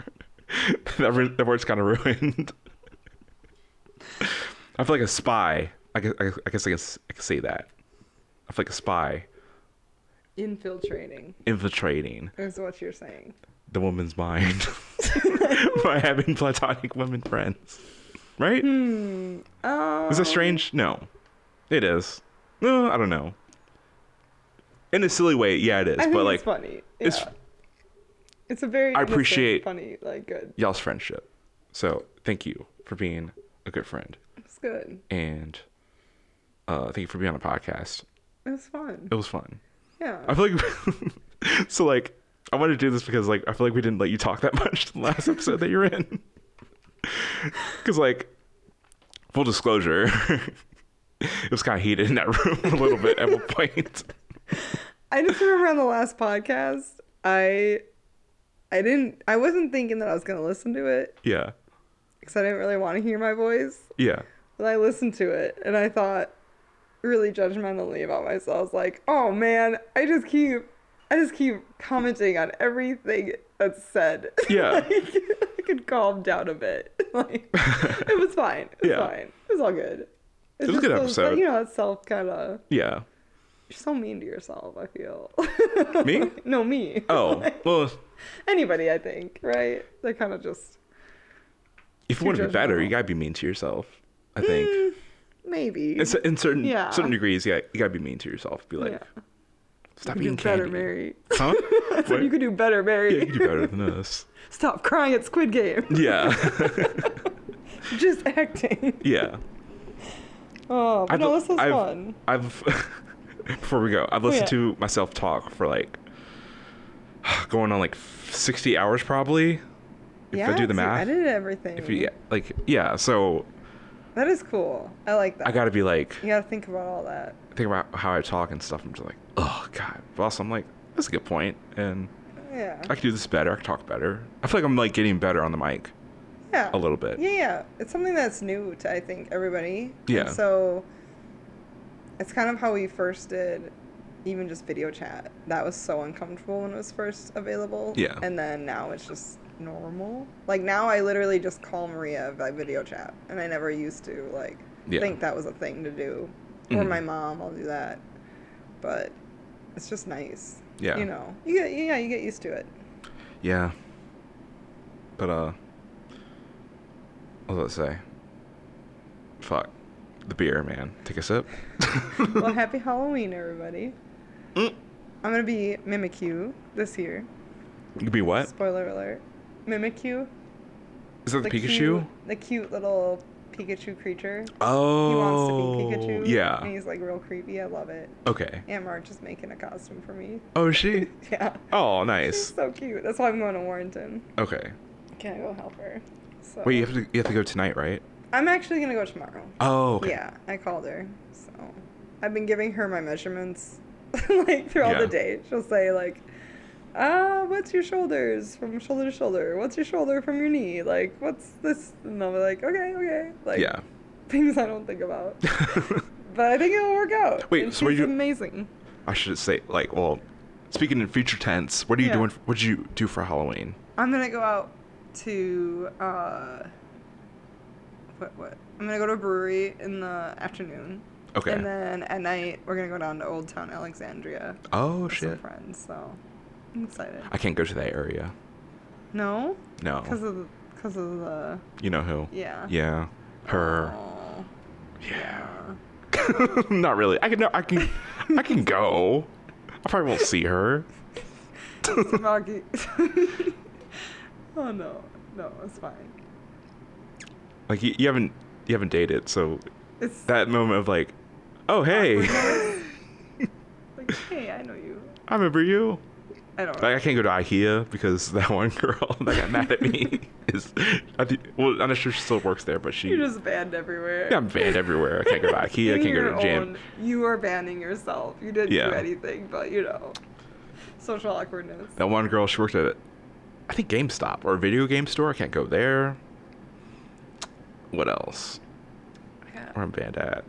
S2: that, re- that word's kind of ruined. I feel like a spy. I guess I, guess- I, guess I, can, s- I can say that. I feel like a spy
S3: Infiltrating
S2: infiltrating
S3: is what you're saying.
S2: the woman's mind by having platonic women friends. Right?
S3: Oh.
S2: Is that strange? No. It is. No, I don't know. In a silly way, yeah, it is.
S3: I think
S2: but like
S3: it's funny. Yeah.
S2: it's-
S3: It's a very
S2: I
S3: innocent,
S2: appreciate-
S3: funny like good.
S2: y'all's friendship. So thank you for being a good friend,
S3: It's good.
S2: and uh, thank you for being on the podcast.
S3: It was fun.
S2: It was fun. I
S3: Yeah.
S2: feel like so like I want to do this because like I feel like we didn't let you talk that much the last episode that you're in. Because like full disclosure, it was kind of heated in that room a little bit at one point.
S3: I just remember on the last podcast, I I didn't I wasn't thinking that I was gonna listen to it
S2: Yeah,
S3: because I didn't really want to hear my voice.
S2: yeah.
S3: But I listened to it and I thought really judgmentally about myself. I was like, oh man, I just keep I just keep commenting on everything that's said.
S2: Yeah.
S3: like, I could calm down a bit. Like it was fine. It was
S2: Yeah.
S3: fine. It was all good.
S2: It was
S3: It's
S2: a
S3: just
S2: good
S3: those-
S2: episode.
S3: you know, it's self kind of.
S2: Yeah.
S3: You're so mean to yourself. I feel.
S2: Me?
S3: no, me.
S2: Oh, well,
S3: Anybody, I think. Right? They kind of just
S2: if you want to be better, you
S3: judgmental.
S2: gotta be mean to yourself. I think.
S3: maybe.
S2: In, cer- in certain
S3: Yeah.
S2: certain degrees, yeah, you gotta be mean to yourself. Be like,
S3: Yeah.
S2: stop
S3: you
S2: eating
S3: could do better,
S2: candy,
S3: Mary.
S2: huh?
S3: I said
S2: What?
S3: you could do better,
S2: yeah,
S3: Mary.
S2: you do better than us.
S3: Stop crying at Squid Game.
S2: Yeah,
S3: Just acting.
S2: yeah.
S3: Oh, but no,
S2: li-
S3: this was
S2: I've,
S3: fun. Oh,
S2: I've before we go, I've listened
S3: yeah.
S2: to myself talk for like going on like sixty hours probably. If I do the
S3: so you
S2: math,
S3: edited everything.
S2: if you like, yeah. So
S3: That is cool. I like that.
S2: I gotta be like,
S3: You gotta think about all that.
S2: think about how I talk and stuff. I'm just like, oh god. But also, I'm like, that's a good point, and
S3: Yeah.
S2: I could do this better. I could talk better. I feel like I'm like getting better on the mic.
S3: yeah.
S2: a little bit.
S3: Yeah, yeah. It's something that's new to I think everybody. And
S2: Yeah.
S3: so it's kind of how we first did even just video chat. That was so uncomfortable when it was first available.
S2: Yeah.
S3: And then now it's just normal. Like now I literally just call Maria by video chat and I never used to like
S2: Yeah.
S3: think that was a thing to do. Or
S2: Mhm.
S3: my mom, I'll do that. But it's just nice.
S2: Yeah.
S3: You know. You get yeah, you get used to it.
S2: Yeah. But uh what was I gonna say? Fuck. The beer, man. Take a sip.
S3: well, happy Halloween, everybody.
S2: Mm.
S3: I'm gonna be Mimikyu this year.
S2: You be what?
S3: Spoiler alert. Mimikyu.
S2: Is that the, Pikachu?
S3: Cute, the cute little Pikachu creature.
S2: Oh.
S3: He wants to be Pikachu.
S2: Yeah.
S3: And he's like real creepy. I love it.
S2: Okay.
S3: Aunt March is making a costume for me.
S2: Oh, is she?
S3: Yeah.
S2: Oh,
S3: She's
S2: nice.
S3: so cute. That's why I'm going to Warrenton.
S2: Okay.
S3: Can I go help her? So
S2: Wait, you have to you have to go tonight, right?
S3: I'm actually gonna go tomorrow.
S2: Oh, okay.
S3: Yeah, I called her. So I've been giving her my measurements like throughout
S2: Yeah.
S3: the day. She'll say like, "Ah, what's your shoulders from shoulder to shoulder? What's your shoulder from your knee? Like, what's this?" And I'll be like, "Okay, okay." Like
S2: Yeah.
S3: things I don't think about. but I think it'll work out.
S2: Wait,
S3: and
S2: so are
S3: she's
S2: you-
S3: amazing.
S2: I should say like, well, speaking in future tense, what are you
S3: Yeah.
S2: doing what did you do for Halloween?
S3: I'm gonna go out to uh, what what? I'm gonna go to a brewery in the afternoon.
S2: Okay.
S3: And then at night we're gonna go down to Old Town Alexandria.
S2: oh
S3: with some
S2: shit.
S3: friends, so I'm excited.
S2: I Oh. can't go to that area.
S3: No,
S2: No.
S3: because of because of the
S2: You know who?
S3: yeah. Oh.
S2: Yeah. Her.
S3: Aw,
S2: Yeah.
S3: yeah.
S2: Not really. I can. No, I can. I can go. I probably won't see her.
S3: It's rocky. oh no, no, it's fine.
S2: Like you, you haven't. You haven't dated, so
S3: It's
S2: that moment of like, oh hey,
S3: awkwardness. like, hey, I know you.
S2: I remember you.
S3: I don't.
S2: Like I can't go to IKEA because that one girl that got mad at me is. I thi- well, I'm not sure she still works there, but she.
S3: You're just banned everywhere.
S2: yeah, I'm banned everywhere. I can't go to IKEA. I
S3: In
S2: can't go to
S3: your
S2: the gym.
S3: own- You are banning yourself. You didn't
S2: Yeah.
S3: do anything, but you know, social awkwardness.
S2: That one girl, she worked at, I think GameStop or a video game store. I can't go there. What else?
S3: Yeah.
S2: Where I'm banned at?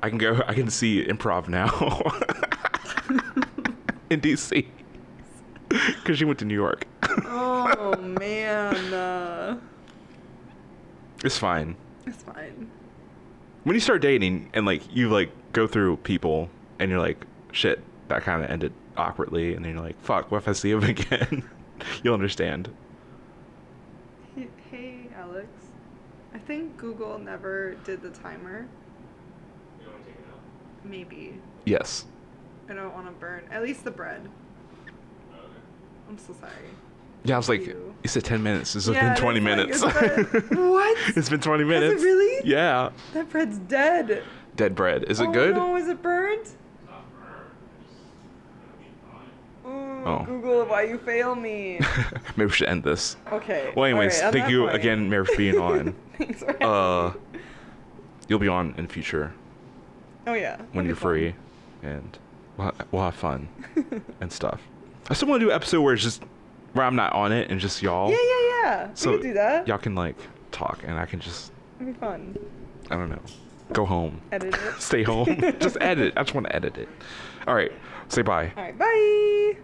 S2: I can go. I can see improv now in DC because she went to New York.
S3: Oh man, uh,
S2: It's fine.
S3: it's fine.
S2: When you start dating and like you like go through people and you're like, shit, that kind of ended awkwardly, and then you're like, fuck, what if I see him again? You'll understand.
S3: Hey- Hey, Alex. I think Google never did the timer.
S1: You don't want to take it out?
S3: Maybe.
S2: Yes.
S3: I don't want to burn. At least the bread.
S1: Oh, okay.
S3: I'm so sorry.
S2: Yeah, I was like,
S3: Ew.
S2: you said 10 minutes. This has
S3: Yeah,
S2: been 20 minutes.
S3: it's like, it's been- What?
S2: it's been 20
S3: it
S2: minutes.
S3: really?
S2: Yeah.
S3: That bread's dead.
S2: Dead bread. Is it
S3: oh,
S2: good?
S3: No, is it burnt?
S1: It's not firm. It's just it'll be fine.
S3: Ooh,
S2: Oh.
S3: Google, why you fail me?
S2: Maybe we should end this.
S3: Okay.
S2: Well, anyways,
S3: alright, on
S2: thank
S3: that
S2: you
S3: point-
S2: again, Mary, for being on.
S3: Thanks for having
S2: Uh,
S3: me.
S2: you'll be on in future
S3: Oh yeah.
S2: when
S3: that'd be
S2: you're
S3: fun.
S2: free, and we'll, ha- we'll have fun and stuff. I still want to do an episode where it's just where I'm not on it and just y'all.
S3: Yeah, yeah, yeah.
S2: So
S3: we could do that.
S2: y'all can like talk, and I can just
S3: It'd be fun.
S2: I don't know, go home,
S3: Edit it.
S2: stay home, just edit. I just want to edit it. All right, say bye.
S3: All right. Bye.